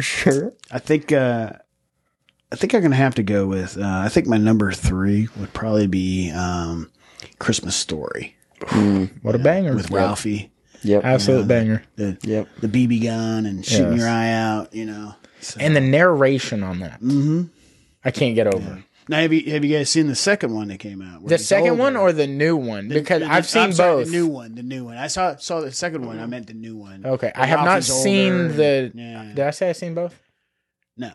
Sure.
I think uh, I think I'm gonna have to go with. Uh, I think my number three would probably be um, Christmas Story
What a banger
with Ralphie.
Yep.
Absolute banger.
The,
Yep.
the BB gun and shooting
Yes.
your eye out, you know. So.
And the narration on that,
hmm
I can't get over.
now, have you have you guys seen the second one that came out? where
The
he's
second
older?
one or the new one? Because
The- the-
I've seen
I'm sorry,
both.
the new one, the new one. I saw saw the second one. I meant the new one.
okay,
Where
I have not
Ralphie's older
seen
and-
the.
Yeah.
Did I say I've seen both?
No,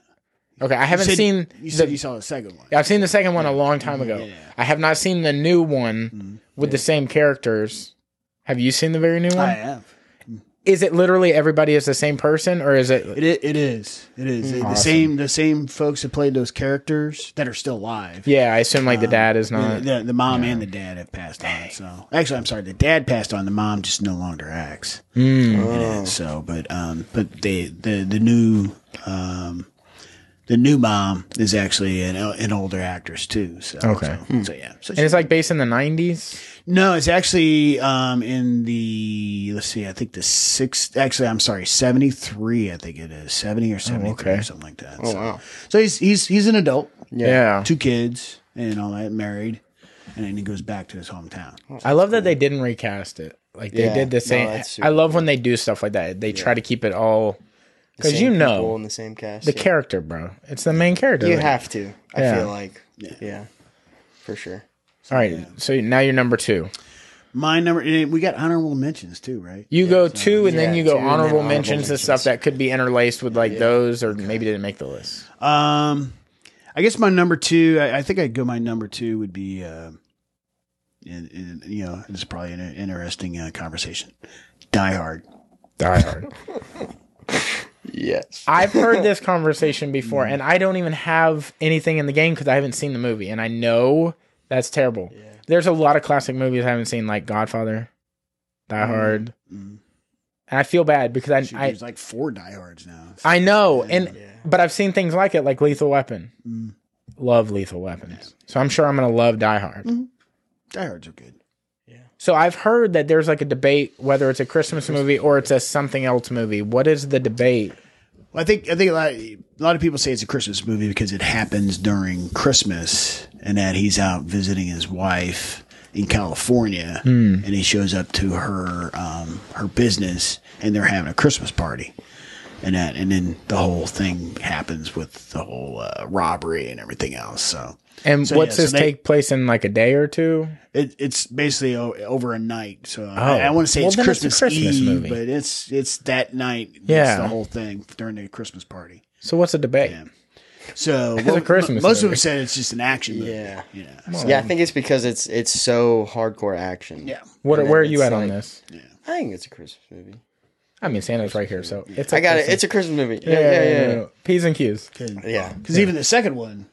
Okay, I haven't
You said-
seen.
You
the-
said you saw the second one.
I've seen the second one a long time ago.
yeah, yeah.
I have not seen the new one
Mm-hmm.
with the same characters. Have you seen the very new one?
I have.
Is it literally everybody is the same person, or is it?
It i- it is. It is. The same the same folks that played those characters that are still alive.
Yeah, I assume like the
Um,
dad is
The,
not.
the, the mom and the dad have passed on. So actually, I'm sorry. The dad passed on. The mom just no longer acts.
Mm,
in it, so, but um, but the the the new um, the new mom is actually an an older actress too. So
Okay.
so, so, yeah. So
and it's like based in the nineties.
No, it's actually um in the let's see, I think the six. Actually, I'm sorry, seventy three. I think it is seventy or seventy three
okay.
or something like that. Oh so, wow! So he's he's he's an adult,
Yeah,
two kids and all that, married, and then he goes back to his hometown.
I love that they didn't recast it. Like they
Yeah.
did
No,
the same.
that's super
I love when they do stuff like that. They try to keep it all
The
because
same
you
people
know
in the same cast.
the
yeah.
character, bro. It's the main character.
You
Like,
have to. I
Yeah.
feel like. Yeah. For sure.
all right. So now you're number two.
My number, and we got honorable mentions too, right?
You go two, and then
yeah,
you go
two and then
honorable,
honorable
mentions and stuff
mentions.
that could be interlaced with like those, or maybe didn't make the list.
Um, I guess my number two. I, I think I'd go. My number two would be, uh, in, in, you know, it's probably an interesting uh, conversation. Die Hard.
Die Hard.
Yes.
I've heard this conversation before,
Mm.
and I don't even have anything in the game because I haven't seen the movie, and I know that's terrible. There's a lot of classic movies I haven't seen, like Godfather, Die
Mm.
Hard.
Mm.
And I feel bad because
Shoot,
I I,
there's like four Die Hards now.
I know, and
Yeah.
but I've seen things like it, like Lethal Weapon.
Mm.
Love Lethal Weapons, so I'm sure I'm gonna love Die Hard.
Die Hards are good.
So I've heard that there's like a debate whether it's a Christmas movie or it's a something else movie. What is the debate?
Well, I think I think a lot, a lot of people say it's a Christmas movie because it happens during Christmas, and that he's out visiting his wife in California,
Hmm.
and he shows up to her um, her business, and they're having a Christmas party, and that and then the whole thing happens with the whole uh, robbery and everything else. So
And
So,
what's
yeah, so
this
they-
take place in like a day or two?
it, it's basically o- over a night. So I, I want to say
Oh. Well,
it's
then it's a
Christmas,
Christmas
Eve,
movie.
but it's it's that night.
Yeah.
it's the whole thing during the Christmas party.
So what's the debate?
Yeah. So
a
well, m-
Christmas
most of
movie.
them said it's just an action movie.
Yeah.
you know.
Yeah, I think it's because it's it's so hardcore action.
Yeah.
What
And then
where are you
it's
at on
like-
this?
I think it's a Christmas movie.
I mean Santa's right here, so it's
I got it.
Christmas-
It's a Christmas movie. Yeah,
yeah,
yeah, yeah.
yeah, yeah. P's and Q's.
Because
Yeah.
even the second one,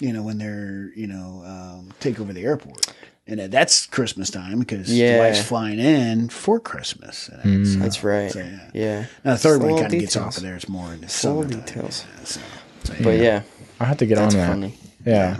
you know, when they're you know um, take over the airport, and that- that's Christmas time because
Yeah.
the wife's flying in for Christmas. And
Mm.
so-
That's right.
So,
yeah.
yeah. Now, the third one
Small
kind of gets
details.
off of there. It's more into
Full
summer
details.
So,
But yeah,
I have to get
that's
on that.
funny.
Yeah.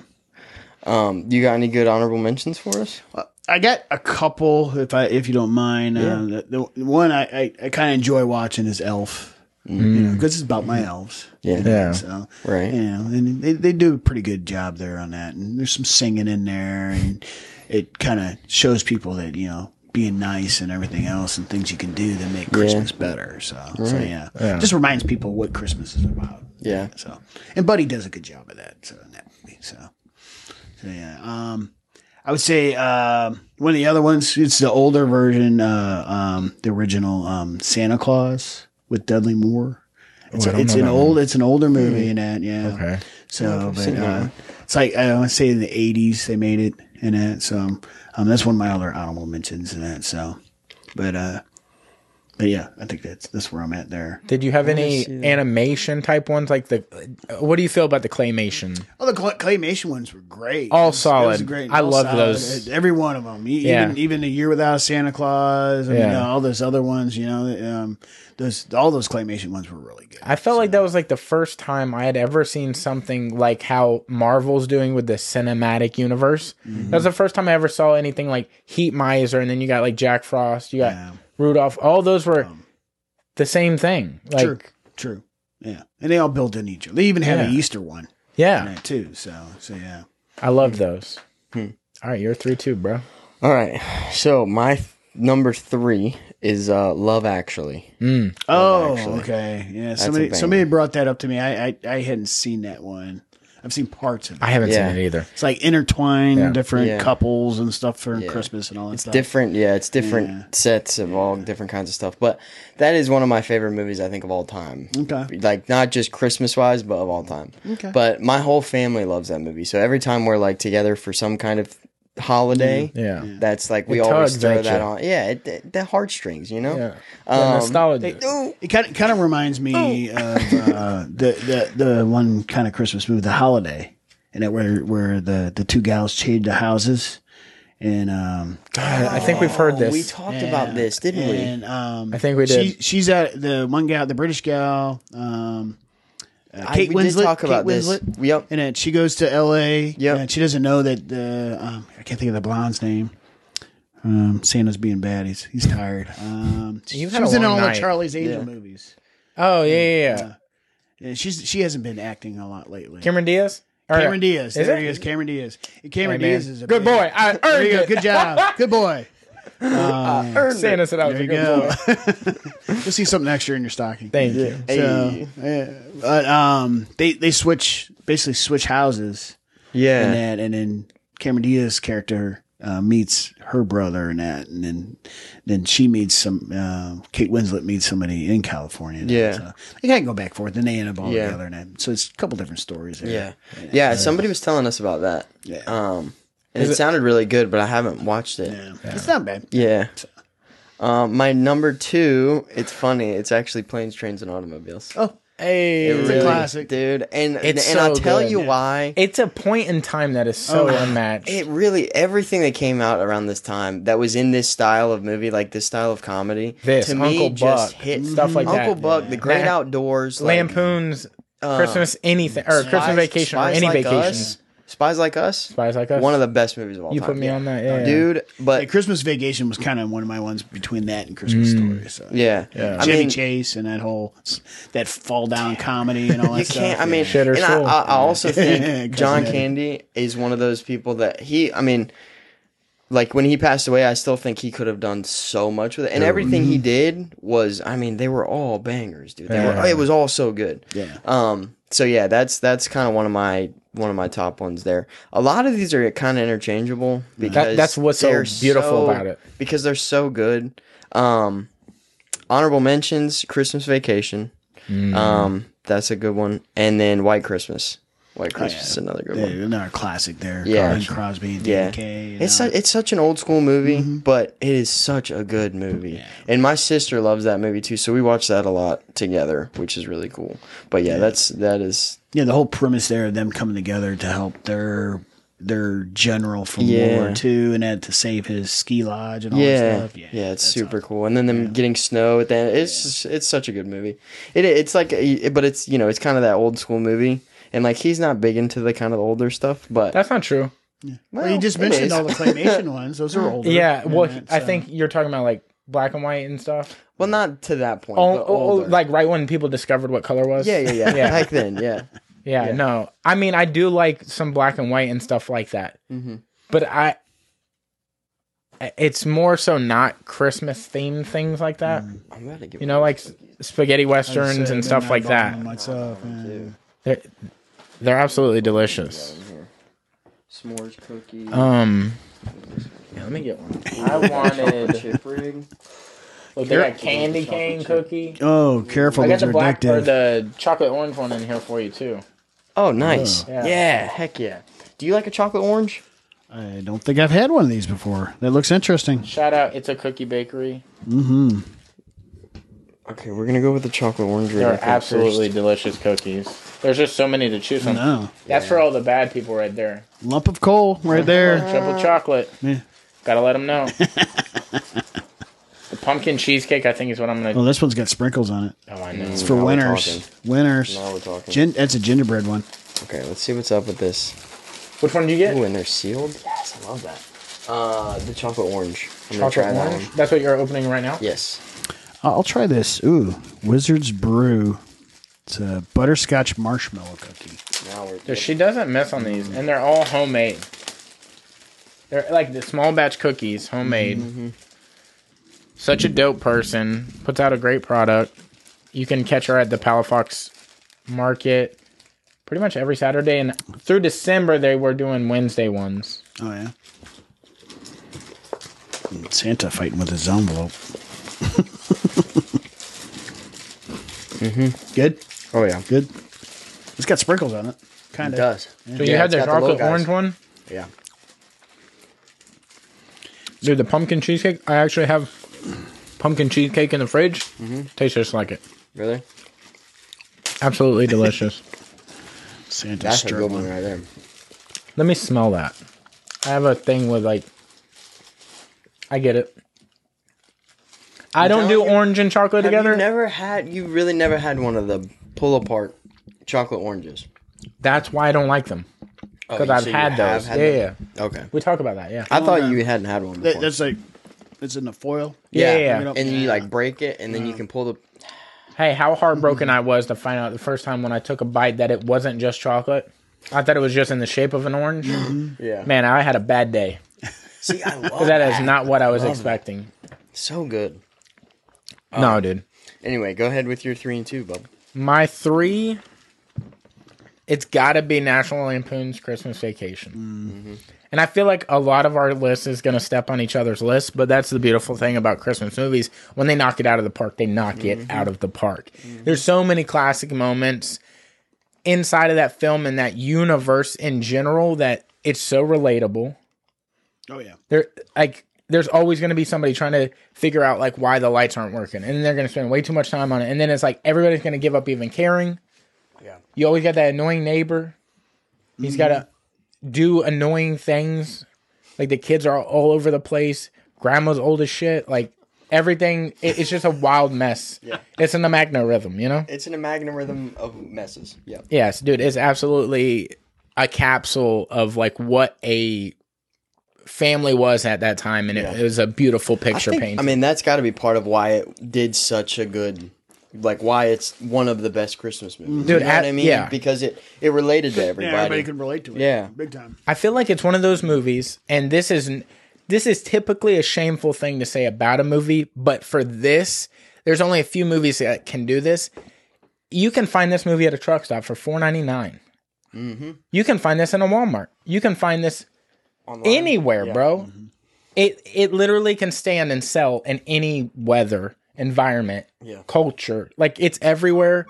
Um, you got any good honorable mentions for us?
I got a couple, if I if you don't mind. Uh, the, the one I, I, I kind of enjoy watching is Elf, you know, because it's about my elves.
Mm. Yeah.
Yeah.
So
Right.
you know, and they they do a pretty good job there on that. And there's some singing in there, and it kind of shows people that you know being nice and everything else and things you can do that make Christmas better. So so yeah. just reminds people what Christmas is about.
Yeah.
So and Buddy does a good job of that. So in that movie. So so yeah. Um, I would say um one of the other ones. It's the older version, uh, um, the original um, Santa Claus with Dudley Moore. It's,
Oh, I don't
it's
know
an
that Hmm.
old, it's an older movie in that, yeah.
Okay.
So, but uh, it's like I want to say in the '80s they made it in it. So, um, um, that's one of my other honorable mentions in it. So, but uh, but yeah, I think that's that's where I'm at there.
Did you have any animation type ones like the? uh, What do you feel about the claymation?
Oh, the cl- claymation ones were great.
All
That was- that
solid.
was great.
I
All
love
solid.
those.
Every one of them. E-
Yeah.
Even even the year without Santa Claus. I mean,
Yeah.
uh, all those other ones. You know, um, those all those claymation ones were really good.
I felt like that was like the first time I had ever seen something like how Marvel's doing with the cinematic universe.
Mm-hmm.
That was the first time I ever saw anything like Heat Miser, and then you got like Jack Frost, you got
Yeah. um, Oh.
Rudolph. All those were the same thing. Like,
true. True. Yeah, and they all built in each other. They even have an
Yeah.
Easter one
yeah,
in it too. So so yeah.
I love those.
Hmm.
All right, you're three two, bro.
All right. So my th- number three is uh, Love Actually.
Oh,
actually.
okay. Yeah,
a
somebody
banger.
somebody brought that up to me. I, I I hadn't seen that one. I've seen parts of it.
I haven't
Yeah.
seen it either.
It's like intertwined
Yeah.
different
Yeah.
couples and stuff for
Yeah.
Christmas and all that stuff.
Different, yeah, it's different
Yeah.
sets of all different kinds of stuff. But that is one of my favorite movies I think of all time.
Okay.
Like not just Christmas wise, but of all time.
Okay.
But my whole family loves that movie. So every time we're like together for some kind of holiday,
Yeah,
that's like we
It
always
tugs
throw
at
that
you.
on. Yeah, it, it- the heartstrings, you know.
yeah.
Um,
The nostalgia.
Ooh.
It kind of, kind of reminds
Oh.
me of uh, the, the the one kind of Christmas movie, The Holiday, and that where where the the two gals change the houses, and um,
I I think we've heard
Oh,
this.
We talked about this, didn't we?
and um,
I think we did.
She, she's at the one gal, the British gal, um, uh,
I-
Kate
we
Winslet.
did talk about
Kate
this.
Winslet.
Yep.
and then she goes to L.A.
Yep.
and she doesn't know that the um, I can't think of the blonde's name. Um, Santa's being bad. He's he's tired. Um, she
You've
was
had a
in
long
all
night.
the Charlie's Angel
Yeah.
movies.
oh yeah, yeah, yeah.
Yeah, she's she hasn't been acting a lot lately.
Cameron Diaz. Or-
Cameron Diaz,
Is
there
it?
he is. Cameron Diaz. Cameron
Hey, man.
Diaz is a
good
big-
boy. I
There you
earned
go.
it. Uh,
Good job. Good boy.
Santa said I was
There
a
you
good boy.
go. You'll see something extra in your stocking.
Thank you.
So, yeah. but um, they they switch basically switch houses and
Yeah.
that, and then Cameron Diaz's character uh, meets her brother and that, and then then she meets some uh, Kate Winslet meets somebody in California. and that,
Yeah.
so they kind of go back and forth, and they end up all
Yeah.
together. And that. so it's a couple different stories. There.
Yeah. Yeah. somebody was telling us about that.
Yeah.
Um, and it, sounded really good, but I haven't watched it.
Yeah. it's not bad.
Yeah. Um, my number two, it's funny. It's actually planes, trains, and automobiles.
Oh,
Hey,
It
a classic.
dude. And
It's
and I'll
so
tell
good.
you
Yeah.
why.
It's a point in time that is so unmatched.
Oh, It really everything that came out around this time that was in this style of movie, like this style of comedy,
This,
to
Uncle
me just
Buck,
hit
stuff like that.
Uncle Buck, The Great
Nah.
Outdoors, like,
Lampoons, Christmas, anything, or Christmas
Uh, Spies-
Vacation, or
Spies
any
Like
vacation.
Us. Spies Like Us,
Spies Like Us.
one of the best movies of all
you
time.
put me on that, yeah, yeah.
dude. But
Hey, Christmas Vacation was kind of one of my ones between that and Christmas Story. So
Mm. yeah, I
Chevy
mean,
Chase and that whole that fall down comedy and all that
you
stuff.
can't. I mean,
Shit or
and I,
soul.
I, I also think
'Cause
John
of that.
Candy is one of those people that he. I mean, like when he passed away, I still think he could have done so much with it, and everything
Mm-hmm.
he did was. I mean, they were all bangers, dude. They
Yeah.
were, it was all so good.
yeah.
Um. So yeah, that's that's kind of one of my one of my top ones there. A lot of these are kind of interchangeable because
that's what's so
they're
beautiful about it.
because they're so good. Um, honorable mentions: Christmas Vacation.
Mm.
Um, that's a good one, and then White Christmas. White Christmas is another good
Yeah,
one.
another classic there.
Yeah.
Bing Crosby and
Yeah,
David Kay. and
it's
all
su- it's such an old school movie, but it is such a good movie. And my sister loves that movie too, so we watch that a lot together, which is really cool. But yeah, that's that is
yeah, the whole premise there of them coming together to help their their general from
Yeah.
World War II and had to save his ski lodge and all that
yeah,
stuff.
yeah,
Yeah,
it's
that's
super cool. And then them getting snow at the end, it's just, it's such a good movie. It it's like, a- but it's you know it's kind of that old school movie, and like he's not big into the kind of older stuff, but
That's not true.
Well, you just
it
mentioned
is.
all the claymation ones; those are older.
Yeah,
than
well,
that,
I
so.
think you're talking about like black and white and stuff.
well not to that point.
Oh,
but
oh, oh,
older.
like right when people discovered what color was.
yeah, yeah, yeah,
Yeah.
Back then, yeah,
yeah, No, I mean I do like some black and white and stuff like that,
hmm
but I, it's more so not Christmas themed things like that.
I'm gonna give
You know, like s- spaghetti
I'd say
westerns
I've been
and stuff like
eyeballing
that.
Myself, yeah.
They're, they're absolutely delicious.
s'mores cookie.
Um, yeah, let me get one. I wanted.
Chip rig.
Look, they got candy cane cookie.
Oh, careful!
I got
Those
the
are
black or
addictive.
the chocolate orange one in here for you too.
Oh, nice.
Yeah.
Yeah. heck yeah. Do you like a chocolate orange?
I don't think I've had one of these before. That looks interesting.
Shout out, it's a cookie bakery.
Okay, we're gonna go with the chocolate orange. rig, I
They're
think,
absolutely
first.
delicious cookies. There's just so many to choose from.
No,
That's for all the bad people right there.
lump of coal right there.
Triple chocolate.
Yeah.
Gotta let them know. the pumpkin cheesecake, I think, is what I'm gonna.
Well, Oh, this one's got sprinkles on it.
Oh, I know.
It's for
Now we're talking.
winners. Winners.
Now we're talking.
Gin- that's a gingerbread one.
Okay, let's see what's up with this.
Which one do you get?
Ooh, and they're sealed. Yes, I love that. Uh, the chocolate orange. I'm gonna
Chocolate
try that
orange?
one.
That's what you're opening right now.
Yes.
I'll I'll try this. Ooh, Wizard's Brew. It's a butterscotch marshmallow cookie.
Now we're.
Dude, She doesn't miss on these, and they're all homemade. They're like the small batch cookies, homemade.
Mm-hmm.
Such a dope person. Puts out a great product. You can catch her at the Palafox Market pretty much every Saturday. And through December, they were doing Wednesday ones.
Oh yeah. And Santa fighting with his envelope. mm-hmm. Good.
Oh yeah.
Good. It's got sprinkles on it. Kind
It
of.
does.
So you had
it's
the
got the little
chocolate
guys.
orange one?
Yeah.
Dude, the pumpkin cheesecake. I actually have pumpkin cheesecake in the fridge.
Mm-hmm.
Tastes just like it.
Really?
Absolutely delicious.
Santa
That's a good
stirred
one
one.
right there.
Let me smell that. I have a thing with like. I get it. I don't do
telling you-
orange and chocolate
Have
together.
you never had? You really never had one of the pull apart chocolate oranges?
That's why I don't like them.
Oh,
'Cause
you-
I've
so you
had
have
those. yeah,
them?
yeah.
Okay.
We talk about that. Yeah.
I thought
no.
you hadn't had one. Before.
That, that's like, it's in the foil.
yeah. Mm. yeah,
Bring it
yeah.
up.
and you like break it, and then you can pull the.
Hey, how
Mm-hmm.
heartbroken I was to find out the first time when I took a bite that it wasn't just chocolate. I thought it was just in the shape of an orange.
Yeah.
Man, I had a bad day.
See, I love
That is not what I was expecting.
So good. Uh,
No, dude.
Anyway, go ahead with your three and two, bub.
My three, it's got to be National Lampoon's Christmas Vacation. And I feel like a lot of our list is going to step on each other's list, but that's the beautiful thing about Christmas movies. When they knock it out of the park, they knock it out of the park. There's so many classic moments inside of that film and that universe in general that it's so relatable
Oh yeah.
there like there's always going to be somebody trying to figure out like why the lights aren't working and they're going to spend way too much time on it and then it's like everybody's going to give up even caring
Yeah.
you always got that annoying neighbor he's got to do annoying things like the kids are all over the place grandma's old as shit like everything it, it's just a wild mess yeah. it's in the magna rhythm you know
It's in a magnum rhythm of messes. Yeah.
yes dude it's absolutely a capsule of like what a family was at that time, and it, it was a beautiful picture
I, think-
painting.
I mean, that's got to be part of why it did such a good, like why it's one of the best Christmas movies.
Dude,
you know
I-
what I mean?
yeah.
Because it it related to
Mm-hmm. Yeah,
everybody.
everybody can relate to it.
Yeah.
big time.
I feel like it's one of those movies, and this is this is typically a shameful thing to say about a movie, but for this, there's only a few movies that can do this. You can find this movie at a truck stop for four ninety nine.
Mm-hmm.
You can find this in a Walmart. You can find this
Online. Mm-hmm.
anywhere, bro. It it literally can stand and sell in any weather, environment,
Yeah.
culture. Like it's everywhere.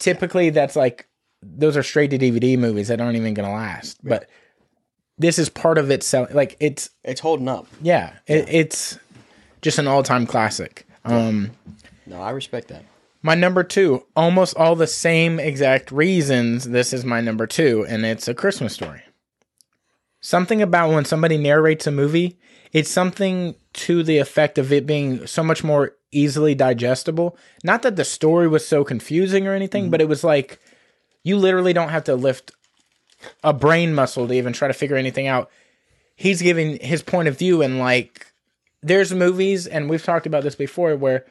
Typically that's like those are straight to DVD movies that aren't even going to last. But this is part of it selling like it's
It's holding up.
yeah, It, it's just an all-time classic. Um
No, I respect that.
my number 2, almost all the same exact reasons this is my number 2 and it's a Christmas story. Something about when somebody narrates a movie, it's something to the effect of it being so much more easily digestible. Not that the story was so confusing or anything, but it was like you literally don't have to lift a brain muscle to even try to figure anything out. He's giving his point of view and like there's movies and we've talked about this before where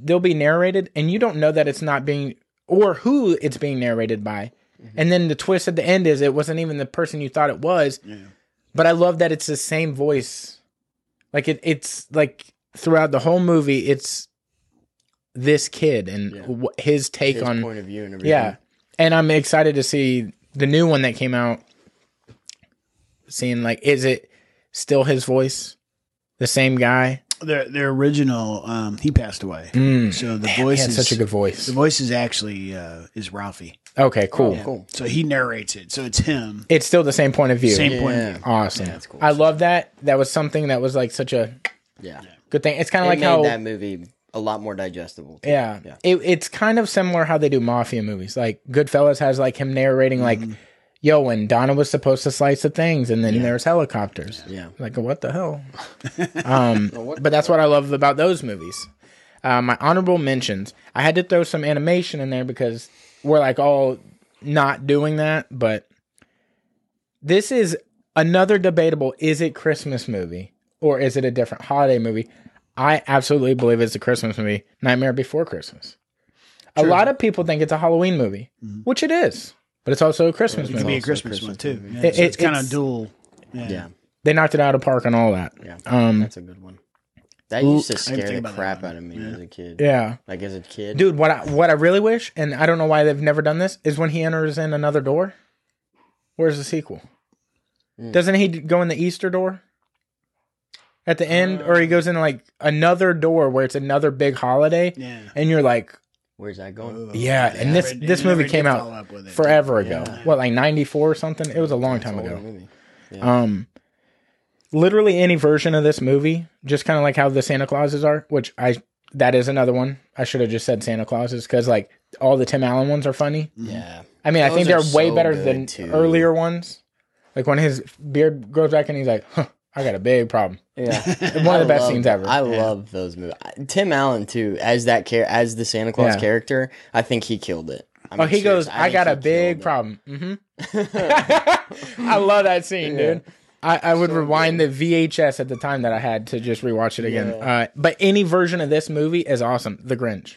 they'll be narrated and you don't know that it's not being or who it's being narrated by.
Mm-hmm.
And then the twist at the end is it wasn't even the person you thought it was. But I love that it's the same voice. Like it it's like throughout the whole movie it's this kid and wh- his take
His
on
point of view and everything.
yeah. And I'm excited to see the new one that came out. Seeing like is it still his voice? The same guy?
Their their original, um, he passed away, so the
Mm. He
voice
had
is
such a good voice.
The voice is actually uh, is Ralphie,
Okay, cool.
Cool.
so he narrates it. So it's him.
It's still the same point of view.
Same point of
Yeah.
view.
Awesome.
Yeah, that's cool.
I love that. That was something that was like such a
Yeah.
good thing. It's kind
It
of like
made
how
that movie a lot more digestible. too.
yeah,
Yeah.
It, it's kind of similar how they do mafia movies. Like Goodfellas has like him narrating like,
Mm-hmm.
"Yo, when Donna was supposed to slice the things, and then there's helicopters."
Yeah.
like what the hell? um, but that's what I love about those movies. Uh, my honorable mentions. I had to throw some animation in there because we're like all not doing that, but this is another debatable is it Christmas movie or is it a different holiday movie? I absolutely believe it's a Christmas movie, Nightmare Before Christmas. A lot of people think it's a Halloween movie, which it is, but it's also a Christmas
It could be
movie.
a Christmas, one too. Yeah,
It-
so
it-
it's kind
it's-
of dual. Yeah.
Yeah.
They knocked it out of park and all that.
Yeah.
Um,
That's a good one. That used to
I didn't think
scare the
about that
crap
one.
out of me as a kid.
Yeah.
Like as a kid.
Dude, what I, what I really wish, and I don't know why they've never done this, is when he enters in another door. Where's the sequel? Doesn't he d- go in the Easter door at the end, or he goes in like another door where it's another big holiday,
Yeah.
and you're like,
Where's that going?
yeah. And this
Never-
this
never
movie
did
came
follow
out
up with it.
forever ago. What like '94 or something? It was a long time
Old
ago.
movie.
Um, literally any version of this movie, just kind of like how the Santa Clauses are, which I that is another one. I should have just said Santa Clauses because like all the Tim Allen ones are funny.
Yeah.
I mean, I
Those
think they're
are
way
so
better
good,
than
too.
earlier ones. Like when his beard grows back and he's like, huh, "I got a big problem."
Yeah.
One of the best
love-
scenes ever.
I love those movies. I- Tim Allen too, as that care as the Santa Claus
Yeah.
character, I think he killed it. I
oh,
mean,
he goes,
seriously,
"I,
think
got
he
a big
killed it.
problem." hmm I love that scene, dude. I, I would rewind the VHS at the time that I had to just rewatch it again. Uh, but any version of this movie is awesome. The Grinch,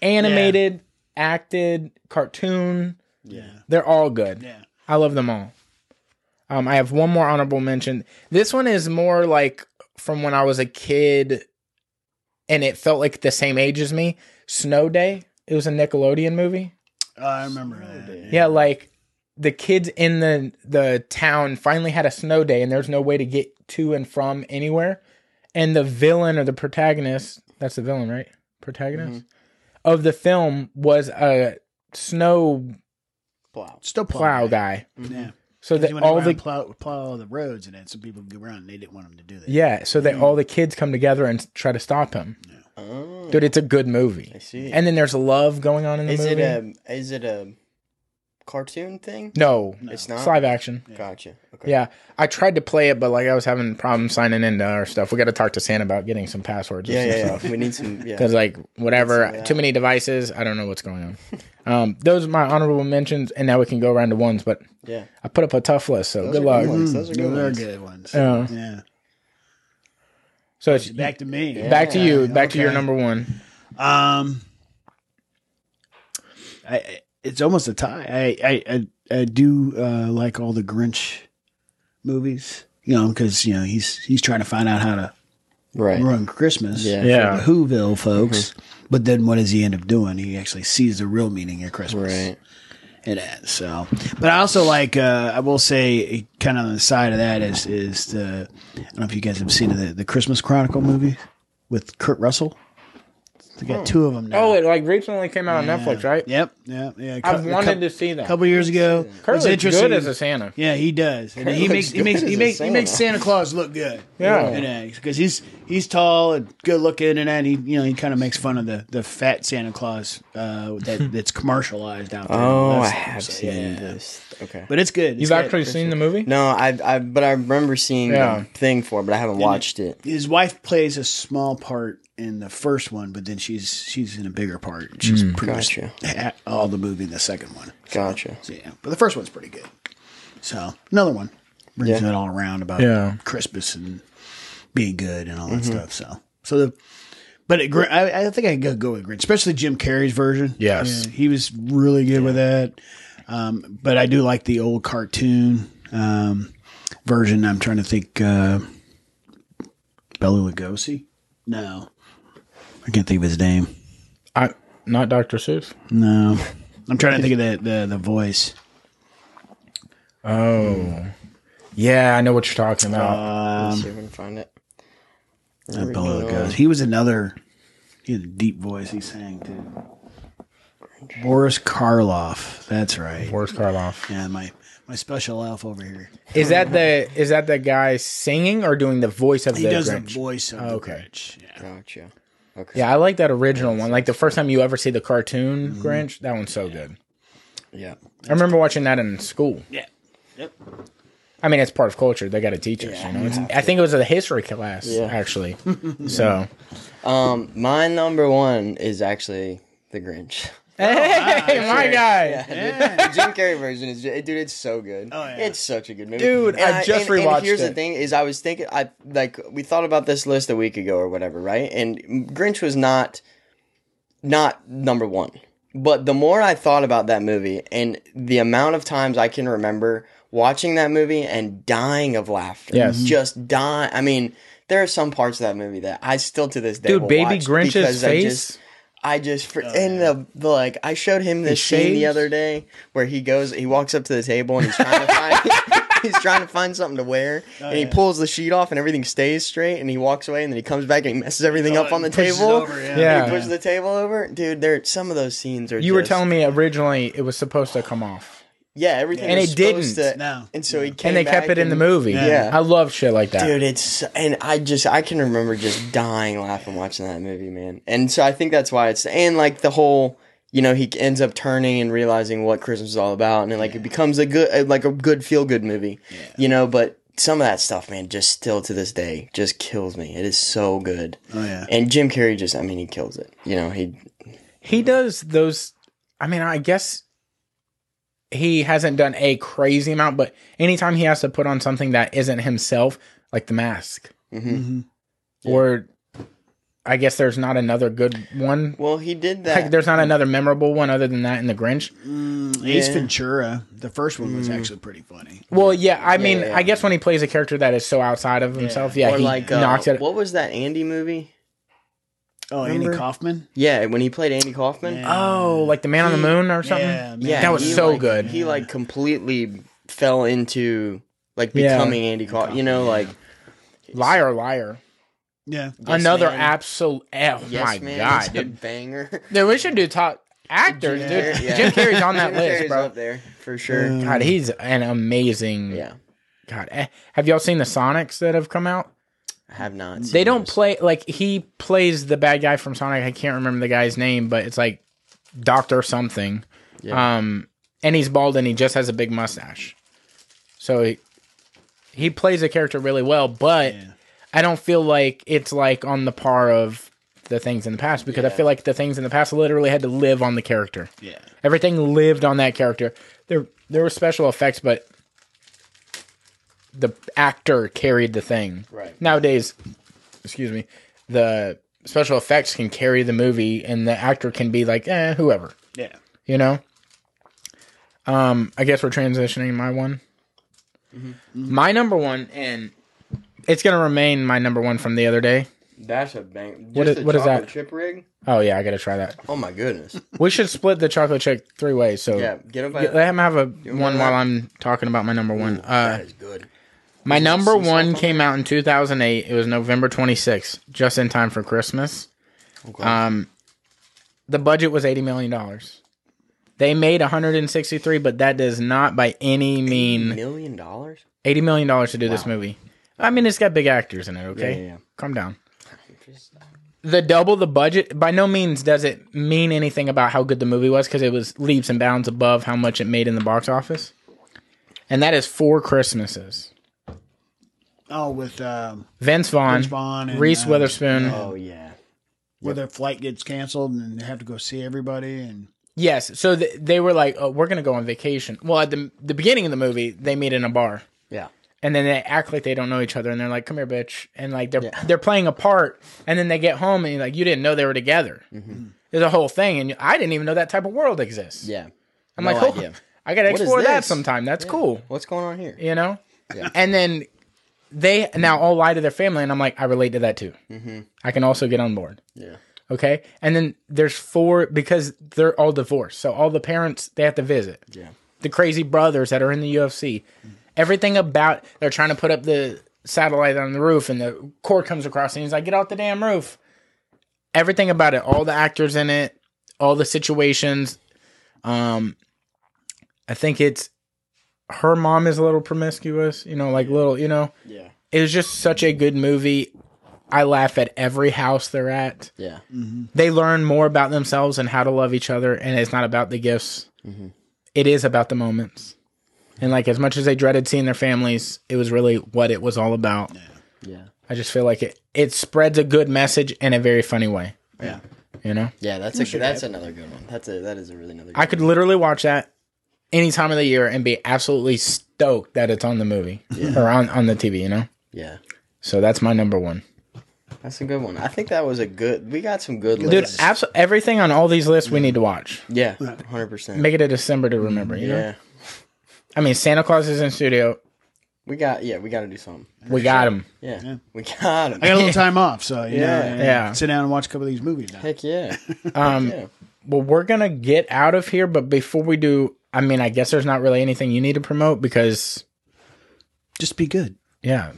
animated, acted, cartoon. Yeah, they're all good.
Yeah.
I love them all. Um, I have one more honorable mention. This one is more like from when I was a kid, and it felt like the same age as me. Snow Day. It was a Nickelodeon movie.
Oh, I remember that.
Yeah, like the kids in the the town finally had a snow day and there's no way to get to and from anywhere. And the villain or the protagonist, that's the villain, right? Protagonist
Mm-hmm.
of the film was a snow
Wow.
Still
plow
plow guy.
guy.
Mm.
Yeah.
So that all the
plow, plow the roads and then some people go around. And they didn't want them to do that.
yeah, so that all the kids come together and try to stop him.
Oh,
Dude, it's a good movie.
I see.
And then there's love going on in the
is
movie.
it a is it a cartoon thing?
No,
It's
it's
not.
live action.
Gotcha. Okay.
Yeah, I tried to play it, but like I was having problems signing into our stuff. We got to talk to San about getting some passwords. or some
Yeah, yeah, yeah. we need some. Yeah.
Because like
It's,
whatever,
yeah.
too many devices. I don't know what's going on. um, those are my honorable mentions, and now we can go around to ones. But
Yeah.
I put up a tough list, so
Those
good
are
luck.
ones. Those are good
Mm-hmm. Those are
ones.
good ones.
Yeah.
yeah.
So it's back,
Back to me.
to you, back to your
Okay.
number one.
Um, I- I it's almost a tie. I I I, I do uh, like all the Grinch movies, you know, because you know he's he's trying to find out how to
Right.
run Christmas.
Yeah. Mm-hmm.
Yeah.
for the Whoville folks. But then what does he end up doing? He actually sees the real meaning of Christmas.
Right.
It is so, but I also like. Uh, I will say, kind of on the side of that is is the. I don't know if you guys have seen the the Christmas Chronicle movie with Kurt Russell. They got two of them now.
Oh, it like recently came out on Netflix, right?
Yep. Yeah. Yeah.
I've wanted
a
to see that.
cou- couple years ago.
Kurt
It's
looks
interesting.
good as a Santa.
yeah, he does. And he
looks
makes he
good
makes
as
he
a
makes he
Santa.
makes Santa Claus look good.
Yeah.
because uh, he's he's tall and good looking, and that he you know he kind of makes fun of the the fat Santa Claus uh, that that's commercialized out there.
Oh, I
That's-
have
so,
seen
yeah.
this. Okay.
But it's good. It's
You've
good.
actually seen the movie?
No, I, I, but I remember seeing
Yeah.
the thing for, it, but I haven't watched it.
his wife plays a small part in the first one, but then she's she's in a bigger part. She's
Hmm.
pretty
Gotcha.
much at all the movie in the second one.
Gotcha.
So, yeah, but the first one's pretty good. So another one brings
Yeah.
it all around about
Yeah.
Christmas and being good and all that stuff. So so the but it, Gr- I, I think I could go with Grinch, especially Jim Carrey's version.
Yes.
Yeah, he was really good with that. Um, but I do like the old cartoon um, version. I'm trying to think. Uh, Bela Lugosi? No, I can't think of his name.
I not Dr. Seuss.
No, I'm trying to think of the the, the voice.
Oh, yeah, I know what you're talking
Uh,
about.
Uh, Um,
Let's see if we can find it.
Not Bela Lugosi. He was another. He had a deep voice. He sang too. Boris Karloff. That's right.
Where's Karloff?
Yeah, my my special elf over here.
Is that the is that the guy singing or doing the voice of
He
the
does
Grinch?
the voice of the
Okay.
Grinch. Yeah.
Gotcha. Okay.
yeah, I like that original one. Like the first time you ever see the cartoon
Mm-hmm.
Grinch, that one's so good.
Yeah.
I remember watching that in school.
Yeah. Yep.
I mean, it's part of culture. They got to teach us. you know, it's, I think it was a history class
Yeah.
actually. so
Um, my number one is actually The Grinch.
hey, my guy.
The Jim Carrey version is, ju- dude, it's so good.
Oh, yeah.
It's such a good movie,
Dude, I just
and,
rewatched
And here's
it.
the thing: is I was thinking, I like we thought about this list a week ago or whatever, right? And Grinch was not, not number one. But the more I thought about that movie, and the amount of times I can remember watching that movie and dying of laughter,
Yes.
Mm-hmm.
just die. I mean, there are some parts of that movie that I still to this day,
Dude,
will
baby
watch
Grinch's
because I
face.
just- I just
Oh,
for and the, the like I showed him this scene the
shaves?
other day where he goes he walks up to the table and he's trying to find he's trying to find something to wear and he
Oh, yeah.
pulls the sheet off and everything stays straight and he walks away and then he comes back and he messes everything up on the
Pushes
table.
over, yeah.
Yeah.
He pushes the table over. Dude, there some of those scenes are
you were
just-
telling me originally it was supposed to come off,
Yeah, everything
And
was
it didn't.
supposed to-
No.
And so he came
and they kept
back
it in the
and-
movie.
Yeah.
I love shit like that.
Dude, it's and I just I can remember just dying laughing watching that movie, man. And so I think that's why it's and like the whole you know he ends up turning and realizing what Christmas is all about, and then, like it becomes a good like a good feel good movie, you know. But some of that stuff, man, just still to this day just kills me. It is so good.
Oh yeah.
And Jim Carrey just I mean he kills it. You know he
he does those i mean i guess he hasn't done a crazy amount but anytime he has to put on something that isn't himself like the mask
mhm.
Mm-hmm. or i guess there's not another good one
well he did that.
like there's not another memorable one other than that in the grinch
Mm, Ace
Yeah.
Ventura. The first one
Mm.
was actually pretty funny.
well yeah i mean
yeah.
i guess when he plays a character that is so outside of himself yeah,
or
he
like
knocks
uh,
it
what was that Andy movie?
Oh,
Remember?
Andy Kaufman.
Yeah, when he played Andy Kaufman.
Yeah.
oh like the man on the moon or something
Yeah, man.
Yeah,
That was
he,
so
like-
good.
He like completely fell into like
Yeah.
becoming Andy Call. You know, like
liar liar
Yeah.
another
Man.
absolute oh
yes,
my
man,
god
it's a
dude.
banger.
Dude, we should do top actors,
Jim
dude.
Carrey, yeah.
Jim Carrey's on that
Jim
list,
Carrey's
bro. Um,
Up there for sure.
Yeah.
God, he's an amazing.
yeah,
God, eh, have y'all seen the Sonics that have come out?
I have not. Seen
They don't
those.
play like he plays the bad guy from Sonic. I can't remember the guy's name, but it's like Doctor something.
Yeah.
Um, and he's bald and he just has a big mustache. So he he plays the character really well, but I don't feel like it's like on the par of the things in the past because I feel like the things in the past literally had to live on the character.
Yeah.
Everything lived on that character. There there were special effects, but the actor carried the thing.
Right.
Nowadays, excuse me, the special effects can carry the movie and the actor can be like, eh, whoever.
Yeah.
You know? Um, I guess we're transitioning my one.
Mm-hmm.
My number one, and it's gonna remain my number one from the other day.
That's a bang.
What
just
is-
a
what is
chocolate
that?
Chip rig.
Oh yeah, I gotta try that.
Oh my goodness.
We should split the chocolate chip three ways. So
yeah, get up.
Yeah, let him have a
want
one while
that?
I'm talking about my number one. Uh,
that is good.
My number
sea salt
one
on
came out in 2008. It was November 26th, just in time for Christmas.
Okay.
Um, the budget was 80 million dollars. They made 163, but that does not by any mean
million dollars.
80 million dollars to do this
Wow.
movie. I mean, it's got big actors in it. Okay,
Yeah, yeah,
calm down.
yeah. Just-
The double the budget by no means does it mean anything about how good the movie was because it was leaps and bounds above how much it made in the box office, and that is four Christmases.
Oh, with um,
Vince Vaughn,
Vince Vaughn and,
Reese
uh,
Witherspoon.
Oh yeah.
where their flight gets canceled and they have to go see everybody and
Yes, so th- they were like, "Oh, we're gonna go on vacation." Well, at the the beginning of the movie, they meet in a bar,
Yeah.
and then they act like they don't know each other, and they're like, "Come here, bitch," and like they're
Yeah.
they're playing a part, and then they get home and you're like you didn't know they were together. There's a whole thing, and I didn't even know that type of world exists.
Mm-hmm. Yeah.
I'm
No
like, oh,
idea.
I gotta
What is
explore that
this?"
sometime. That's cool,
What's going on here?
you know.
Yeah.
And then they now all lie to their family, and I'm like, I relate to that too.
Mm-hmm.
I can also get on board.
Yeah.
Okay. And then there's four because they're all divorced. So all the parents they have to visit.
Yeah.
The crazy brothers that are in the UFC. Everything about they're trying to put up the satellite on the roof and the cord comes across and he's like, Get off the damn roof. Everything about it, all the actors in it, all the situations. Um I think it's her mom is a little promiscuous, you know, like little, you know.
Yeah.
It was just such a good movie. I laugh at every house they're at
Yeah.
they learn more about themselves and how to love each other and it's not about the gifts
Mm-hmm.
It is about the moments and like as much as they dreaded seeing their families it was really what it was all about
Yeah.
i just feel like it it spreads a good message in a very funny way
Yeah.
you know
Yeah. That's a that's another good one. That's a that is a really another. Good
i could literally watch that any time of the year and be absolutely stoked that it's on the movie or on, on the tv you know
one. Yeah.
so that's my number one
That's a good one. I think that was a good. We got some good
dude
lists.
abso- everything on all these lists we need to watch
yeah. Hundred percent.
make it a december to remember you know
Yeah.
i mean santa claus is in studio
We got. Yeah. We got to do something.
we got him
Yeah. We got
I
him.
got a little time off, so you
Yeah.
know,
Yeah.
sit down and watch a couple of these movies. Now.
Heck yeah.
Um,
Yeah.
Well, we're gonna get out of here, but before we do, I mean, I guess there's not really anything you need to promote because,
Just be good.
yeah,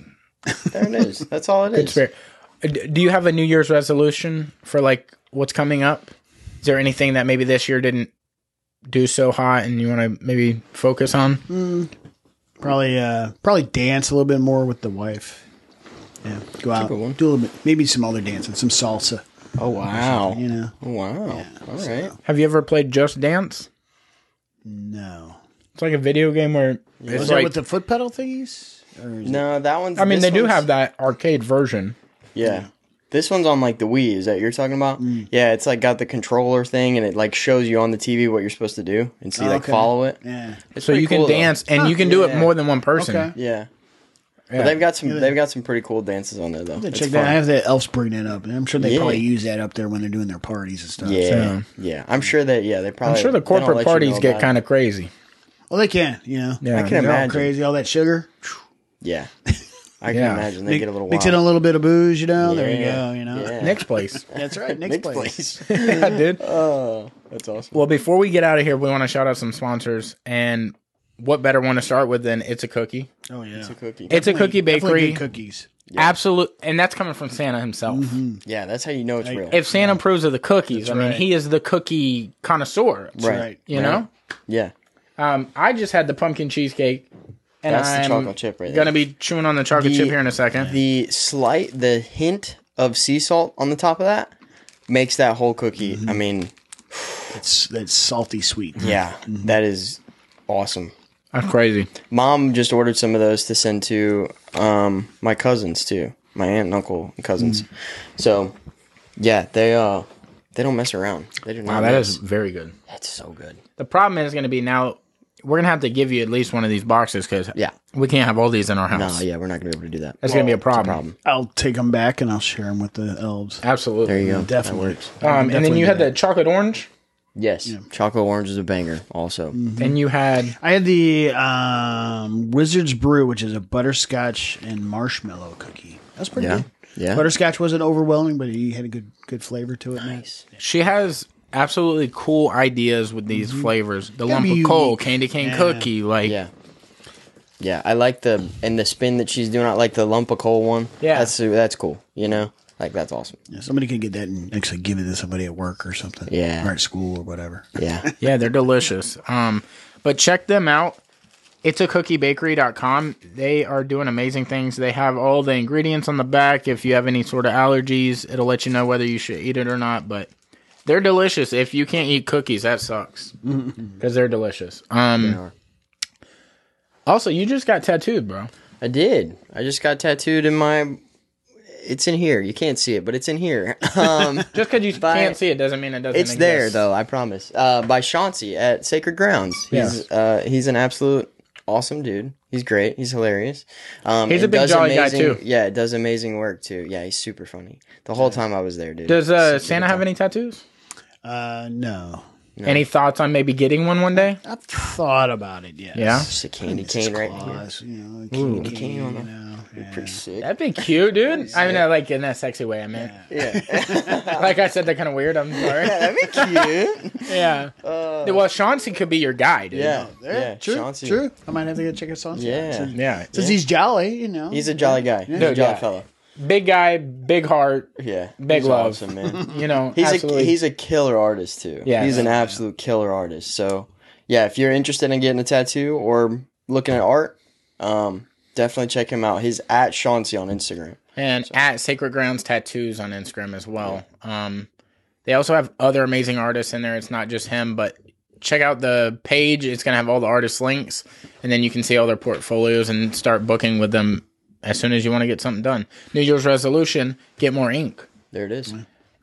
There it is. That's all it
good
is.
spirit. Uh, d- Do you have a New Year's resolution for like what's coming up? Is there anything that maybe this year didn't do so hot and you want to maybe focus on?
Probably, uh, probably dance a little bit more with the wife. Yeah, go out, do a
one.
little bit, maybe some other dancing, some salsa.
Oh wow. Oh,
You know,
Wow. all right.
Have you ever played Just Dance?
no.
It's like a video game where
Was
it's
that
like.
with the foot pedal thingies? Or is
No, that one's.
I mean,
this
they do
one's-
have that arcade version.
Yeah. This one's on like the Wii. Is that you're talking about?
Mm.
Yeah, it's like got the controller thing, and it like shows you on the TV what you're supposed to do, and so you like
Okay.
follow it.
it- yeah,
It's
Oh, So
pretty
you can
cool, though.
dance and you can do it
yeah.
more than one person.
Okay.
Yeah.
Yeah.
But they've got some. They've got some pretty cool dances on there though.
I'm gonna
It's
check that. I
fun.
have the elves bring that up, and I'm sure they
Yeah.
probably use that up there when they're doing their parties and stuff.
Yeah,
Yeah.
yeah, I'm sure that. Yeah, they
I'm
probably.
sure the corporate parties get kind of crazy.
Well, they can, you know.
Yeah. I can
They're all
imagine.
crazy, all that sugar.
Yeah, I can
Yeah.
imagine they
Mix-
get a little
Mix in
wild.
a little bit of booze, you know. There you
Yeah.
go, you know.
Yeah.
Next place.
That's right. Next,
Next
place.
place.
yeah, dude.
oh, that's awesome.
Well, before we get out of here, we want to shout out some sponsors. And what better one to start with than It's a Cookie?
Oh yeah. It's
The cookie.
It's a cookie bakery.
cookies.
Absolute. And that's coming from Santa himself.
yeah, that's how you know it's real.
If Santa approves of the cookies, I mean,
right.
he is the cookie connoisseur.
right.
Right.
You know?
Yeah.
Um, I just had the pumpkin cheesecake. And
That's the
I'm
chocolate chip right
Gonna
there.
be chewing on the chocolate
The-
chip here in a second.
The slight, the hint of sea salt on the top of that
Mm-hmm.
makes that whole cookie. I mean,
It's that's salty sweet.
Mm-hmm.
yeah, that is awesome.
That's crazy.
Mom just ordered some of those to send to um, my cousins too, my aunt and uncle and cousins.
Hmm.
So, yeah, they uh they don't mess around. They do not.
Wow, that
mess.
is very good.
that's so good.
The problem is going to be now we're going to have to give you at least one of these boxes because
Yeah.
we can't have all these in our
No,
house.
yeah, we're not gonna be able to do that.
That's going to be a problem.
problem.
I'll take them back and I'll share them with the elves.
Absolutely.
There you go.
Definitely.
Um, and then you had the chocolate orange,
Yes, chocolate orange is a banger. Also,
and you had
I had the um, Wizard's Brew, which is a butterscotch and marshmallow cookie. That's pretty
yeah,
good.
yeah.
Butterscotch wasn't overwhelming, but he had a good good flavor to it. Nice.
she has absolutely cool ideas with these flavors. The lump
Mm-hmm. be
of coal,
unique.
candy cane cookie, like
Yeah. Yeah, I like the and the spin that she's doing. I like the lump of coal one.
Yeah.
that's that's cool. You know, like that's awesome.
Yeah, somebody could get that and actually give it to somebody at work or something.
Yeah.
Or at school or whatever.
Yeah,
Yeah, they're delicious. Um, but check them out. It's a cookiebakery.com. They are doing amazing things. They have all the ingredients on the back. If you have any sort of allergies, it'll let you know whether you should eat it or not. But they're delicious. If you can't eat cookies, that sucks because they're delicious. Um,
are.
also, you just got tattooed, bro.
I did. I just got tattooed in my. It's in here. You can't see it, but it's in here. Um,
Just because you
By-
can't see it doesn't mean it doesn't.
it's there
exist.
though. I promise. Uh, by Chauncey at Sacred Grounds. He's uh, he's an absolute awesome dude. He's great. He's hilarious. Um,
He's a
and
big
does
jolly guy,
amazing,
too.
Yeah, does amazing work too. Yeah, he's super funny. The whole time I was there, dude.
Does uh, Santa have any tattoos?
Uh, no.
Any thoughts on maybe getting one one day?
I've thought about it, yes.
Yeah.
Just a candy cane right here.
Claws, you know, candy cane,
Cane on
you
the-
know, yeah.
Pretty sick.
That'd be cute, dude. I mean, I like in that sexy way. I mean, like I said, they're kind of weird. I'm sorry.
That'd be cute.
yeah. well, Chauncey could be your guy, dude.
yeah.
There,
yeah.
true,
Chauncey.
true. I might have to go check us on.
Yeah.
Yeah.
Since he's jolly, you know.
He's a jolly guy. He's a
Dude,
jolly
yeah.
fella.
Big guy, big heart.
Yeah.
Big
he's
love.
Awesome, man.
You know,
He's
absolutely.
a he's a killer artist too.
Yes.
he's an absolute killer artist. So yeah, if you're interested in getting a tattoo or looking at art, um, definitely check him out. He's at Chauncey on Instagram.
and at Sacred Grounds Tattoos on Instagram as well. Um, they also have other amazing artists in there. It's not just him, but check out the page. It's gonna have all the artist links, and then you can see all their portfolios and start booking with them as soon as you want to get something done. New Year's resolution: get more ink.
There it is.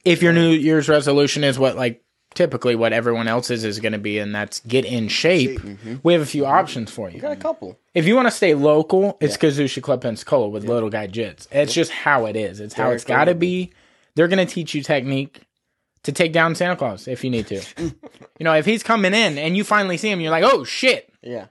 if your New Year's resolution is what like typically what everyone else's is going to be, and that's get in shape, we have a few options for you.
Got a couple.
If you want to stay local, it's Kazusha Club Pensacola with Little Guy Jits. It's just how it is. It's how
Very
it's got to
cool.
be. They're going to teach you technique to take down Santa Claus if you need to. you know, if he's coming in and you finally see him, you're like, oh shit,
Yeah,